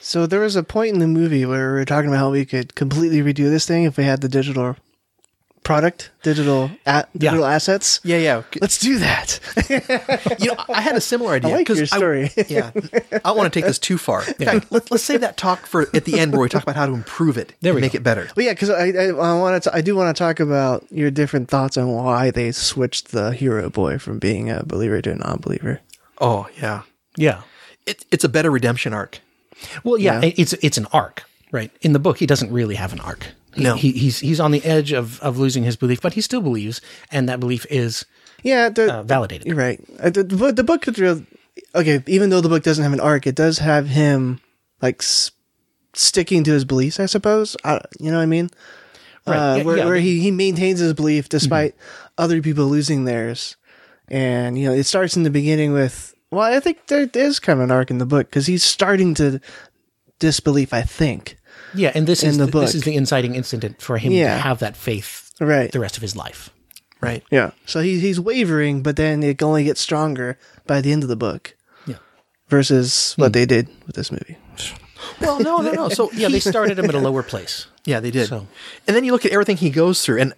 So there was a point in the movie where we were talking about how we could completely redo this thing if we had the digital product, digital a- digital assets. Yeah. Yeah. Let's do that. You know, I had a similar I idea. like 'cause your story. yeah. I don't want to take this too far. In fact, let, let's save that talk for at the end where we talk about how to improve it There and we make go. it better. Well, yeah, because I I, I want to I do want to talk about your different thoughts on why they switched the hero boy from being a believer to a non-believer. Oh, yeah. Yeah, It, it's a better redemption arc. Well, yeah, it- it's it's an arc, right? In the book, he doesn't really have an arc. He- No. he, he's he's on the edge of of losing his belief, but he still believes, and that belief is Yeah, the, uh, validated. you're right. Uh, The, the book- the book is real. Okay, even though the book doesn't have an arc, it does have him like s- sticking to his beliefs, I suppose. I, you know what I mean? Right. Uh, Yeah, yeah. where Mm-hmm. where he, he maintains his belief despite other people losing theirs. And, you know, it starts in the beginning with, well, I think there is kind of an arc in the book because he's starting to disbelief, I think. Yeah, and this in is the the, this book. is the inciting incident for him Yeah. to have that faith Right. the rest of his life. right? Yeah. So he, he's wavering, but then it only gets stronger by the end of the book. Yeah. Versus what they did with this movie. Well, no, no, no. So yeah, they started him at a lower place. Yeah, they did. So- And then you look at everything he goes through and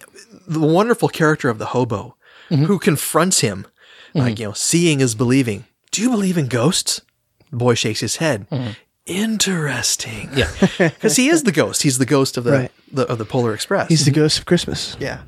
the wonderful character of the hobo Mm-hmm. who confronts him, like, you know, seeing is believing. Do you believe in ghosts? The boy shakes his head. Interesting. Mm-hmm. Yeah. Because he is the ghost. He's the ghost of the, Right. the of the Polar Express. He's the ghost of Christmas. yeah.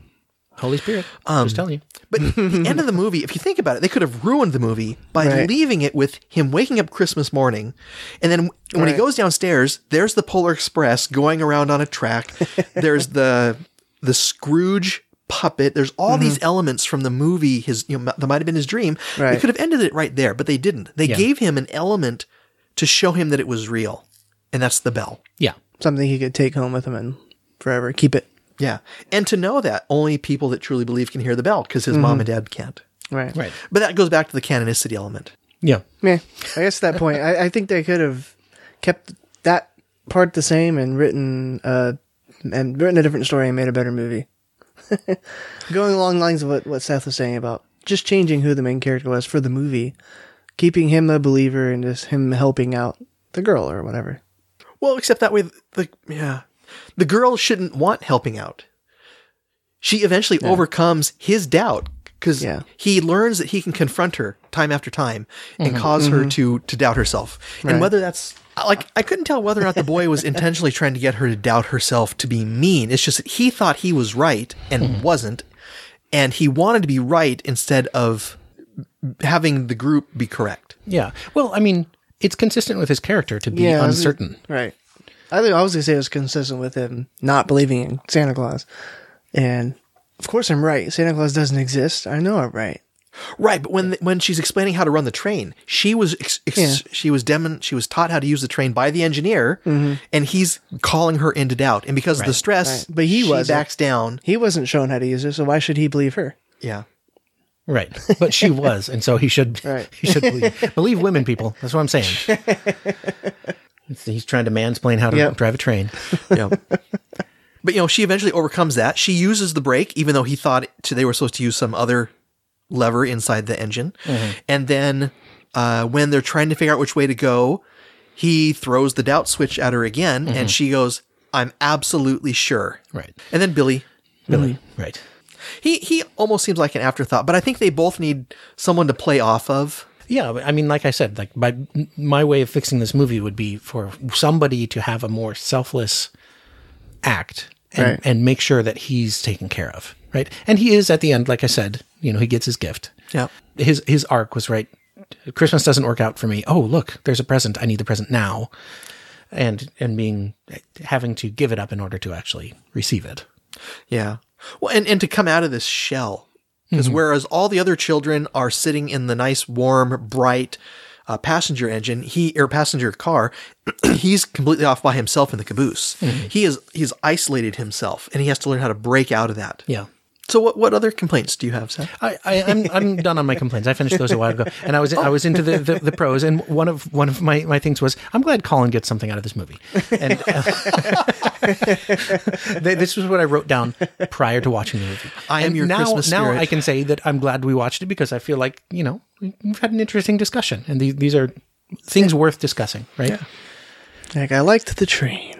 Holy Spirit. Um, just telling you. But the end of the movie, if you think about it, they could have ruined the movie by Right. leaving it with him waking up Christmas morning. And then when he Right. goes downstairs, there's the Polar Express going around on a track. there's the the Scrooge puppet. There's all Mm-hmm. these elements from the movie his you know, that might have been his dream. They Right. could have ended it right there, but they didn't. They gave him an element to show him that it was real. And that's the bell. Yeah. Something he could take home with him and forever keep it. Yeah. And to know that only people that truly believe can hear the bell because his Mm-hmm. mom and dad can't. Right. Right. But that goes back to the canonicity element. Yeah. Yeah. I guess at that point, I, I think they could have kept that part the same and written uh and written a different story and made a better movie. Going along the lines of what, what Seth was saying about just changing who the main character was for the movie, keeping him a believer and just him helping out the girl or whatever. Well, except that way, the yeah, the girl shouldn't want helping out. She eventually overcomes his doubt because Yeah. he learns that he can confront her time after time and cause her to to doubt herself. And Mm-hmm. Right. whether that's like I couldn't tell whether or not the boy was intentionally trying to get her to doubt herself to be mean. It's just that he thought he was right and Mm-hmm. wasn't, and he wanted to be right instead of having the group be correct. Yeah. Well, I mean, it's consistent with his character to be Yeah, I was- uncertain. Right. I think I was gonna say it was consistent with him not believing in Santa Claus. And of course I'm right. Santa Claus doesn't exist. I know I'm right. Right, but when when she's explaining how to run the train, she was ex- ex- Yeah. she was demon she was taught how to use the train by the engineer, and he's calling her into doubt, and because of the stress, Mm-hmm. Right. But he she wasn't. backs down. He wasn't shown how to use it, so why should he believe her? Yeah, Right. But she was, and so he should Right. he should believe, believe women people. That's what I'm saying. It's- He's trying to mansplain how to Yep. drive a train. yeah. but you know, she eventually overcomes that. She uses the brake, even though he thought t- they were supposed to use some other lever inside the engine, Mm-hmm. and then uh, when they're trying to figure out which way to go, he throws the doubt switch at her again, Mm-hmm. and she goes, "I'm absolutely sure." Right. and then Billy. Really. Mm-hmm. Right. He he almost seems like an afterthought, but I think they both need someone to play off of. Yeah, but I mean, like I said, like my my way of fixing this movie would be for somebody to have a more selfless act and, Right. and make sure that he's taken care of, right? And he is at the end, like I said, you know, he gets his gift. Yeah. His his arc was right. Christmas doesn't work out for me. Oh, look, there's a present. I need the present now, and and being having to give it up in order to actually receive it. Yeah. Well, and, and to come out of this shell. Because whereas all the other children are sitting in the nice, warm, bright uh, passenger engine, he or passenger car, he's completely off by himself in the caboose. He is he's isolated himself, and he has to learn how to break out of that. Yeah. So, what what other complaints do you have, Seth? I, I, I'm I'm done on my complaints. I finished those a while ago, and I was I was into the, the, the pros. And one of one of my, my things was I'm glad Colin gets something out of this movie. And uh, they, this was what I wrote down prior to watching the movie. I am And your now, Christmas now spirit. I can say that I'm glad we watched it because I feel like you know we've had an interesting discussion, and these, these are things worth discussing, right? Like I liked the train.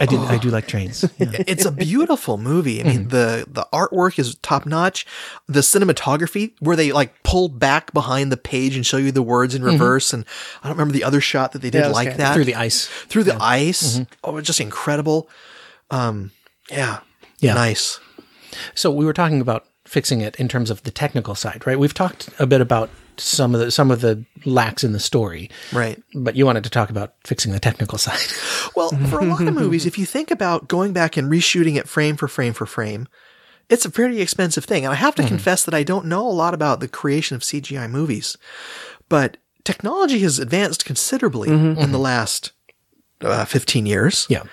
I did I do like trains. Yeah. it's a beautiful movie. I mean, Hmm. the the artwork is top notch. The cinematography, where they like pull back behind the page and show you the words Mm-hmm. in reverse, and I don't remember the other shot that they did Yeah, it was like kinda- that Through the Mm-hmm. ice. through the ice. Oh, it's just incredible. Um, yeah, Yeah. nice. So we were talking about fixing it in terms of the technical side, right? We've talked a bit about some of the some of the lacks in the story, Right. But you wanted to talk about fixing the technical side. Well, for a lot of movies, if you think about going back and reshooting it frame for frame for frame, it's a pretty expensive thing. And I have to confess that I don't know a lot about the creation of CGI movies, but technology has advanced considerably in the last uh, 15 years. Yeah.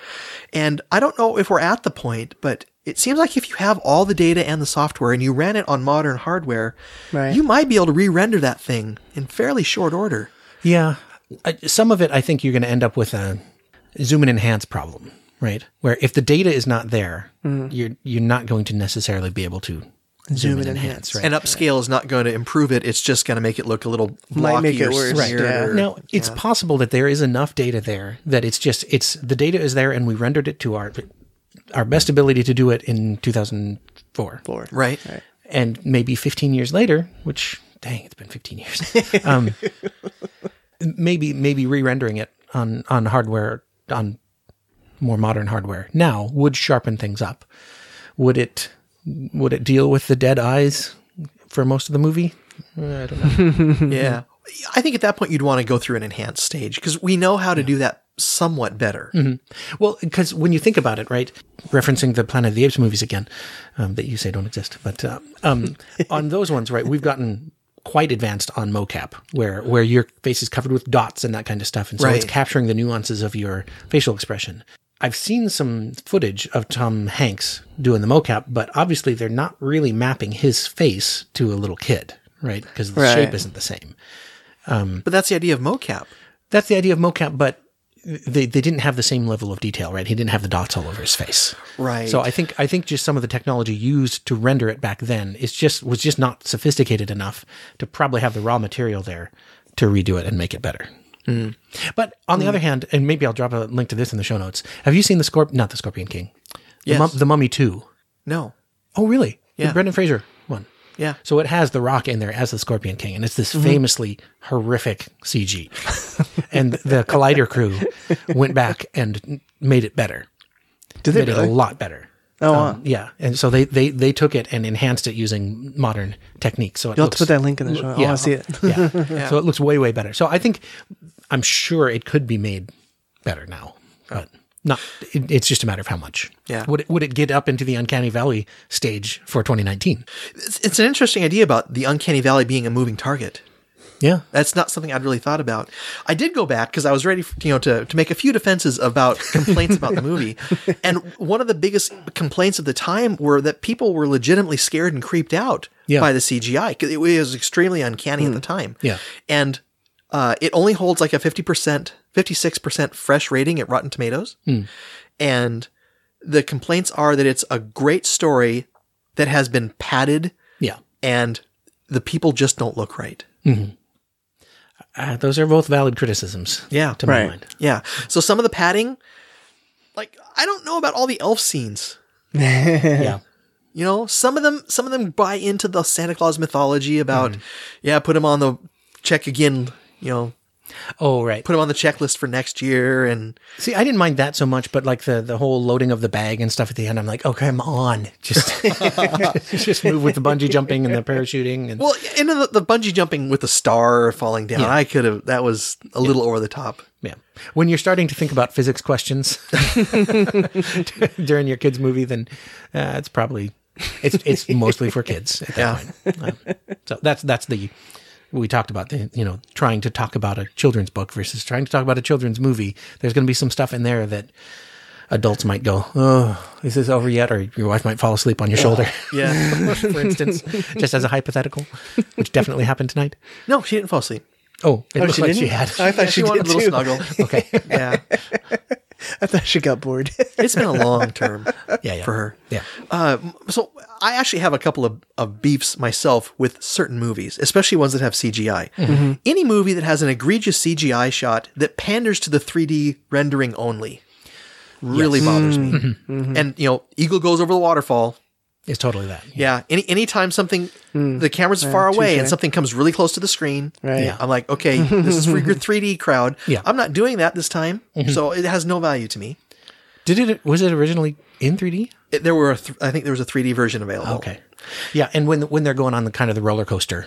And I don't know if we're at the point, but it seems like if you have all the data and the software and you ran it on modern hardware, Right. you might be able to re render that thing in fairly short order. Yeah. I, Uh, some of it, I think you're going to end up with a zoom and enhance problem, right? Where if the data is not there, you're you're not going to necessarily be able to Mm. zoom, and and enhance, right? And upscale is not going to improve it. It's just going to make it look a little blocky Might make it or worse, smeared yeah. or- now it's possible that there is enough data there that it's just it's the data is there and we rendered it to our our best ability to do it in 2004 Four. right? and maybe 15 years later, which dang, it's been 15 years. um, maybe maybe re-rendering it on on hardware on more modern hardware now would sharpen things up. Would it would it deal with the dead eyes for most of the movie? I don't know. Yeah. I think at that point you'd want to go through an enhanced stage because we know how to do that somewhat better. Mm-hmm. Well, because when you think about it, right, referencing the Planet of the Apes movies again, um, that you say don't exist, but uh, um, on those ones, right, we've gotten quite advanced on mocap, where where your face is covered with dots and that kind of stuff, and so it's Right. capturing the nuances of your facial expression. I've seen some footage of Tom Hanks doing the mocap, but obviously they're not really mapping his face to a little kid, right? Because the Right. shape isn't the same. But that's the idea of mocap. That's the idea of mocap, but they, they didn't have the same level of detail, right? He didn't have the dots all over his face. Right. So I think I think just some of the technology used to render it back then is just was just not sophisticated enough to probably have the raw material there to redo it and make it better. But on the other hand, and maybe I'll drop a link to this in the show notes. Have you seen the Scorp? Not the Scorpion King. The, Yes. Mum- the Mummy Two. No. Oh, really? The Yeah. Brendan Fraser one. Yeah. So it has The Rock in there as the Scorpion King, and it's this famously horrific CG. and the Collider crew went back and made it better. Did they made it really? a lot better. Oh, wow. Um, yeah. And so they, they they took it and enhanced it using modern techniques. So it You'll have looks, to put that link in the show. I yeah. want to see it. yeah. So it looks way way better. So I think I'm sure it could be made better now, Oh. but not. It, it's just a matter of how much. Yeah. Would it, would it get up into the uncanny valley stage for 2019? It's, it's an interesting idea about the uncanny valley being a moving target. Yeah. That's not something I'd really thought about. I did go back because I was ready, for, you know, to, to make a few defenses about complaints about the movie. And one of the biggest complaints of the time were that people were legitimately scared and creeped out Yeah. Hmm. by the CGI. 'cause It was extremely uncanny at the time. Yeah. And uh, it only holds like a 50%, 56% fresh rating at Rotten Tomatoes. Hmm. And the complaints are that it's a great story that has been padded Yeah. and the people just don't look right. Uh, those are both valid criticisms. Yeah. To my Right. mind. Yeah. So some of the padding, like I don't know about all the elf scenes. Yeah. You know, some of them, some of them buy into the Santa Claus mythology about, yeah, put him on the check again. You know, Oh, right. put him on the checklist for next year, and See, I didn't mind that so much, but like the, the whole loading of the bag and stuff at the end, I'm like, oh, come on. Just, just move with the bungee jumping and the parachuting. And well, and then the, the bungee jumping with the star falling down. I could have. That was a little over the top. yeah. When you're starting to think about physics questions during your kids' movie, then uh, it's probably, it's, it's mostly for kids at that Yeah. point. Um, so that's, that's the, we talked about the, you know, trying to talk about a children's book versus trying to talk about a children's movie. There's going to be some stuff in there that adults might go, oh, is this over yet? Or your wife might fall asleep on your shoulder. Yeah. for instance, just as a hypothetical, which definitely happened tonight. no, she didn't fall asleep. Oh, it looked she like she didn't? had. I thought Yeah, she, wanted did a little too. snuggle. Okay. Yeah. I thought she got bored. It's been a long term. Yeah, yeah. For her. Yeah. Uh, so I actually have a couple of, of beefs myself with certain movies, especially ones that have CGI. Mm-hmm. Any movie that has an egregious CGI shot that panders to the 3D rendering only really bothers me. Mm-hmm. Mm-hmm. And you know, Eagle goes over the waterfall. It's totally that. Yeah. Any anytime something the camera's far away Mm. and touche. something comes really close to the screen, Right. Yeah. I'm like, okay, this is for your 3D crowd. Yeah. Mm-hmm. I'm not doing that this time, so it has no value to me. Did it, was it originally in 3D? It- there Oh. were, a th- I think, there was a 3D version available. Okay. Yeah. And when, when they're going on the kind of the roller coaster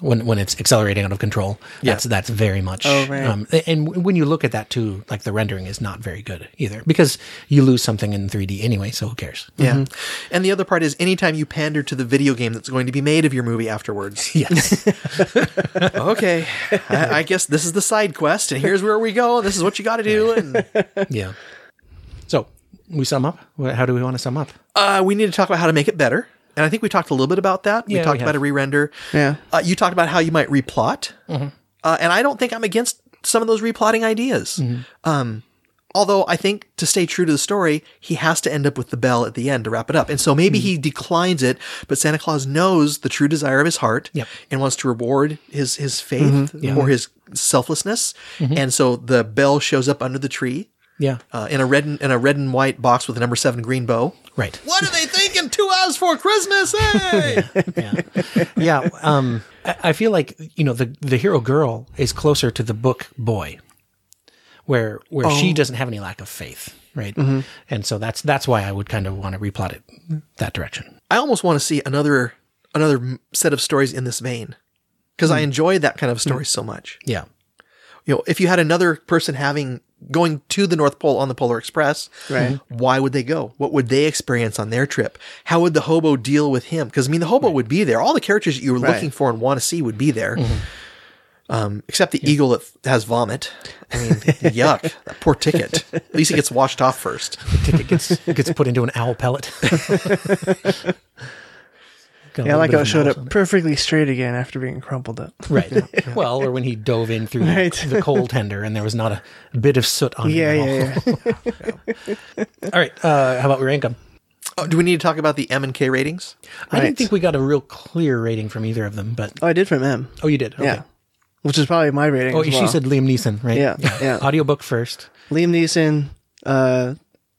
when when it's accelerating out of control. That's that's very much. um, Oh, right. and w- when you look at that too, like the rendering is not very good either because you lose something in 3D anyway. So who cares? Yeah. Mm-hmm. And the other part is anytime you pander to the video game that's going to be made of your movie afterwards. Yes. okay. I, I guess this is the side quest, and here's where we go. This is what you got to do. And yeah. So we sum up. Wh- How do we want to sum up? uh, we need to talk about how to make it better. And I think we talked a little bit about that. Yeah, we we talked have. about a re render. Yeah. Uh, you talked about how you might replot. Mm-hmm. Uh, and I don't think I'm against some of those replotting ideas. Mm-hmm. Um, although I think to stay true to the story, he has to end up with the bell at the end to wrap it up. And so maybe Mm-hmm. he declines it, but Santa Claus knows the true desire of his heart Yep. Mm-hmm. and wants to reward his, his faith or his selflessness. And so the bell shows up under the tree. Yeah. Uh, in a red and, in a red and white box with a number seven green bow. Right. What are they thinking? Two hours for Christmas? Hey! yeah. Um, I, I feel like you know the the hero girl is closer to the book boy, where where Oh. she doesn't have any lack of faith, right? Mm-hmm. And so that's that's why I would kind of want to replot it that direction. I almost want to see another another m- set of stories in this vein because Hmm. I enjoy that kind of story so much. Yeah. You know, if you had another person having going to the North Pole on the Polar Express, Right. why would they go? What would they experience on their trip? How would the hobo deal with him? Because I mean, the hobo would be there. All the characters that you were Right. Mm-hmm. looking for and want to see would be there. Um, except the eagle that has vomit. I mean, yuck! That poor ticket. At least it gets washed off first. The ticket gets gets put into an owl pellet. Yeah, I like how it showed up perfectly straight again after being crumpled up. Right. Well, or when he dove in through Right. the coal tender and there was not a bit of soot on Yeah, him. at all. yeah, yeah. All right. Uh, how about we rank them? Oh, do we need to talk about the M and K ratings? I didn't Right. think we got a real clear rating from either of them, but Oh, I did from M. oh, you did. Okay. Yeah. Which is probably my rating. Oh, as she well. said Liam Neeson, right? Yeah, yeah. Audiobook first. Liam Neeson, uh,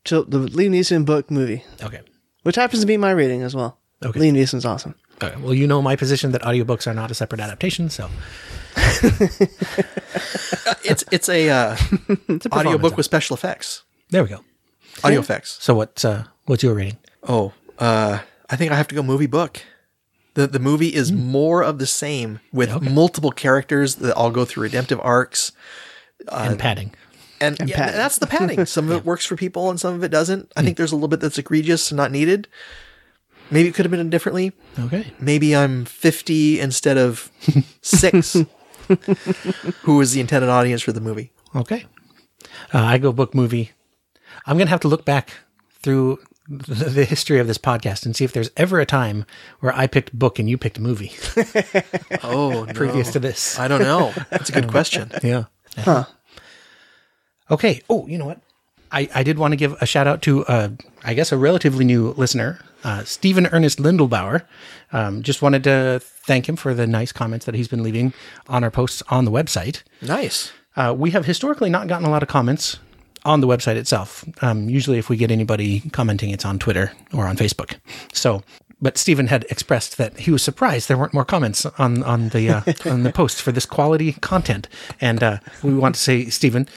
chil- the Liam Neeson book movie, Okay. which happens to be my rating as well. Okay. Liam Neeson's awesome. Okay. Well, you know my position that audiobooks are not a separate adaptation, so It's it's a uh, it's a performance. audiobook with special effects. There we go. Audio effects. So what's uh, what's your rating? Oh, uh, I think I have to go movie book. The the movie is more of the same with multiple characters that all go through redemptive arcs. and padding. And, yeah, padding. that's the padding. Hmm. Some of it works for people and some of it doesn't. I think there's a little bit that's egregious and not needed. Maybe it could have been done differently. Okay. Maybe I'm 50 instead of six, who is the intended audience for the movie. Okay. Uh, I go book movie. I'm gonna have to look back through the, the history of this podcast and see if there's ever a time where I picked book and you picked movie Oh, no. previous to this. I don't know. That's a good question. Yeah. Huh. Okay. Oh, you know what? I, I did want to give a shout out to, uh, I guess, a relatively new listener, uh, Stephen Ernest Lindelbauer. Um, just wanted to thank him for the nice comments that he's been leaving on our posts on the website. Nice. Uh, we have historically not gotten a lot of comments on the website itself. Um, usually, if we get anybody commenting, it's on Twitter or on Facebook. So, but Stephen had expressed that he was surprised there weren't more comments on on the uh, on the posts for this quality content, and uh, we want to say, Stephen,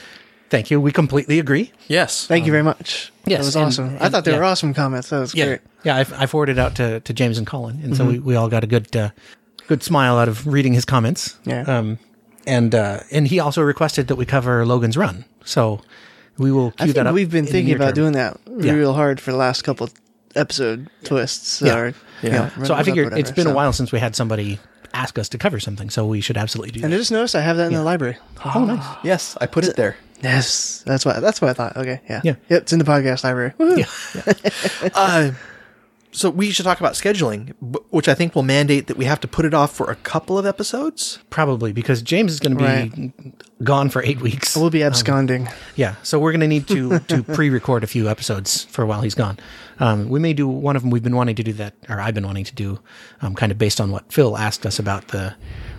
thank you. We completely agree. Yes. Thank you very much. Um, yes, that was and- awesome. I and- thought they yeah. were awesome comments. That was great. yeah. I, I forwarded out to, to James and Colin, and Mm-hmm. so we, we all got a good uh, good smile out of reading his comments. Yeah. Um, and uh, and he also requested that we cover Logan's Run, so we will cue I that think up. we've been in the thinking near about term. doing that Yeah. real hard for the last couple episode twists. that Yeah. are, you know, So I runners-up figure or it's whatever, been a so. while since we had somebody ask us to cover something, so we should absolutely do And I that. just noticed I have that in the library. Oh, nice. Yes, I put it there. Yes, that's what that's what I thought. Okay, yeah, Yeah. yep, it's in the podcast library. Woohoo. Yeah. Uh, so we should talk about scheduling, b- which I think will mandate that we have to put it off for a couple of episodes. Probably because James is going to be gone for eight weeks. We'll be absconding. Yeah, so we're going to need to to pre-record a few episodes for while he's gone. Um, we may do one of them. We've been wanting to do that, or I've been wanting to do, um, kind of based on what Phil asked us about the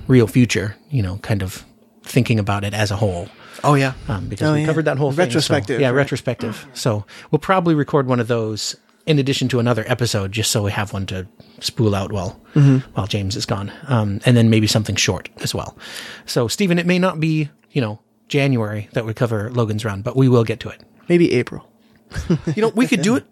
real future. You know, kind of thinking about it as a whole. Oh yeah, um, because Oh, we yeah. covered that whole thing, so- Retrospective, yeah, right? retrospective. So we'll probably record one of those in addition to another episode, just so we have one to spool out while Mm-hmm. while James is gone, um, and then maybe something short as well. So Stephen, it may not be you know January that we cover Logan's Run, but we will get to it. Maybe April. you know we could do it.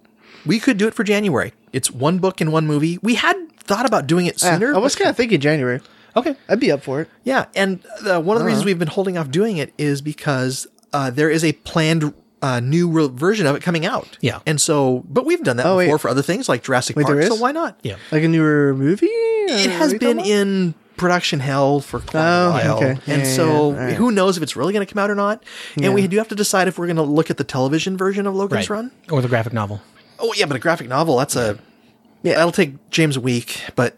We could do it for January. It's one book and one movie. We had thought about doing it Yeah, sooner. I was kind of thinking January. Okay. I'd be up for it. Yeah, and uh, one of the reasons we've been holding off doing it is because uh, there is a planned uh, new re- version of it coming out. Yeah. and so but we've done that Oh, wait. before for other things like Jurassic Wait, Park. there So is? why not? Yeah. Like a newer movie? it has been in production hell for quite Oh, a while, okay. Yeah, and yeah, so yeah. All right. who knows if it's really going to come out or not? And we do have to decide if we're going to look at the television version of Logan's Right. Run. Or the graphic novel. Oh yeah, but a graphic novel that's a yeah, that'll take James a week, but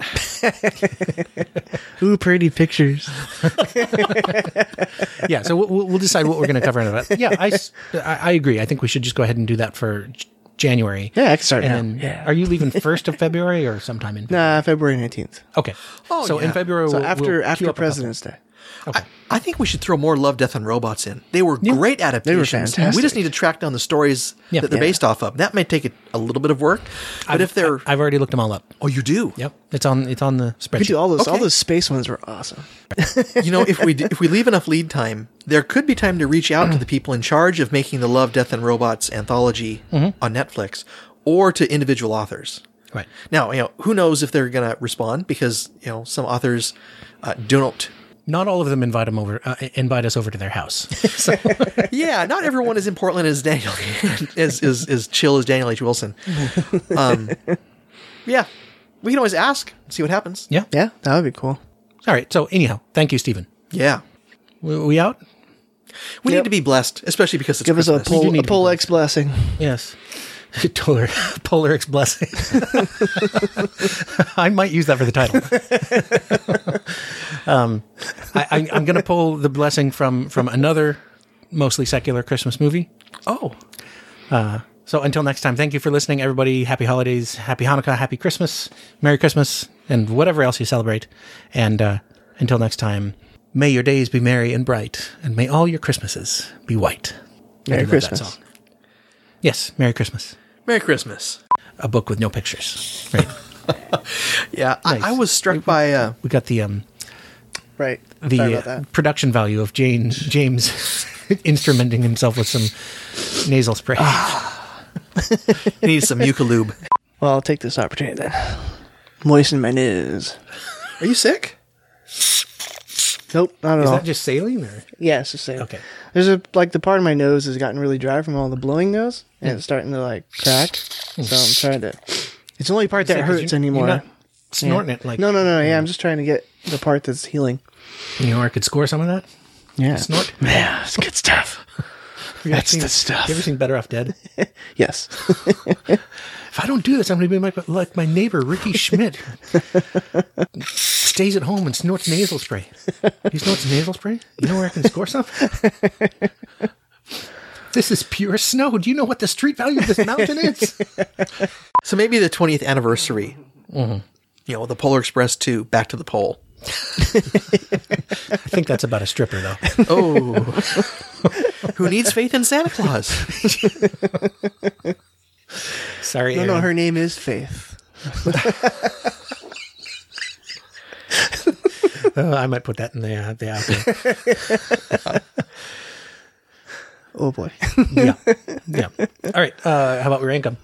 Ooh, pretty pictures. Yeah. So we'll- we'll, we'll decide what we're going to cover in it. Yeah. I, s- I- I agree. I think we should just go ahead and do that for J- January. Yeah, I can start And now. then, yeah. are you leaving first of February or sometime in? Nah, February nineteenth. Okay. Oh, so in yeah. February, So we'll, after we'll queue after up a couple. President's Day. I think we should throw more Love, Death, and Robots in. They were great adaptations. fantastic. We just need to track down the stories Yeah. that they're Yeah. based off of. That might take a, a little bit of work, but I've- if they're I've already looked them all up. oh, you do. Yep. It's on. It's on the We could do spreadsheet. all those. All Okay. those space ones were awesome. You know, if we d- if we leave enough lead time, there could be time to reach out to the people in charge of making the Love, Death, and Robots anthology on Netflix, or to individual authors. Right. Now, you know, who knows if they're going to respond because you know some authors uh, don't. Not all of them invite them over. Uh, invite us over to their house. So- Yeah, not everyone is in Portland as Daniel is is is chill as Daniel H. Wilson. Um, yeah, we can always ask, see what happens. yeah. Yeah, that would be cool. All right. So anyhow, thank you, Stephen. Yeah, We, we out? we Yep. need to be blessed, especially because it's Give us a Christmas. pull need a to pull be X blessing. Yes. Polar, Polar X blessing. I might use that for the title. um, I, I, I'm going to pull the blessing from from another mostly secular Christmas movie. Uh, Oh, So until next time, thank you for listening, everybody. Happy holidays, happy Hanukkah, happy Christmas, Merry Christmas, and whatever else you celebrate. And uh, until next time, may your days be merry and bright, and may all your Christmases be white. I Merry love that Christmas. song. Yes, Merry Christmas. Merry Christmas. A book with no pictures. Right. Yeah, Nice. I, I was struck by uh, we got the um Right. the Sorry about uh, that. production value of Jane James instrumenting himself with some nasal spray. Ah. I needed some Eucalube. Well, I'll take this opportunity then. Moisten my nose. Are you sick? Nope, not at Is all. that just saline or yeah, it's the same. okay? There's a like the part of my nose has gotten really dry from all the blowing nose, and it's starting to like crack. So I'm trying to. It's the only part that Yeah, Mm. 'cause hurts you're- anymore. You're not snorting it like no, no, no. Yeah, I'm just trying to get the part that's healing. You know, where I could score some of that. Yeah, Snort. Yeah, it's good stuff. That's Seen- the stuff. You ever seen Better Off Dead? Yes. if I don't do this, I'm going to be like, like my neighbor Ricky Schmidt. Stays at home and snorts nasal spray. You snorts nasal spray? You know where I can score some? this is pure snow. Do you know what the street value of this mountain is? So maybe the 20th anniversary. You know, the Polar Express 2, Back to the Pole. I think that's about a stripper, though. Oh. Who needs faith in Santa Claus? Sorry, no, Aaron. no. Her name is Faith. Uh, I might put that in the uh, the outro. Oh boy. Oh, yeah, yeah. All right. Uh, how about we rank them?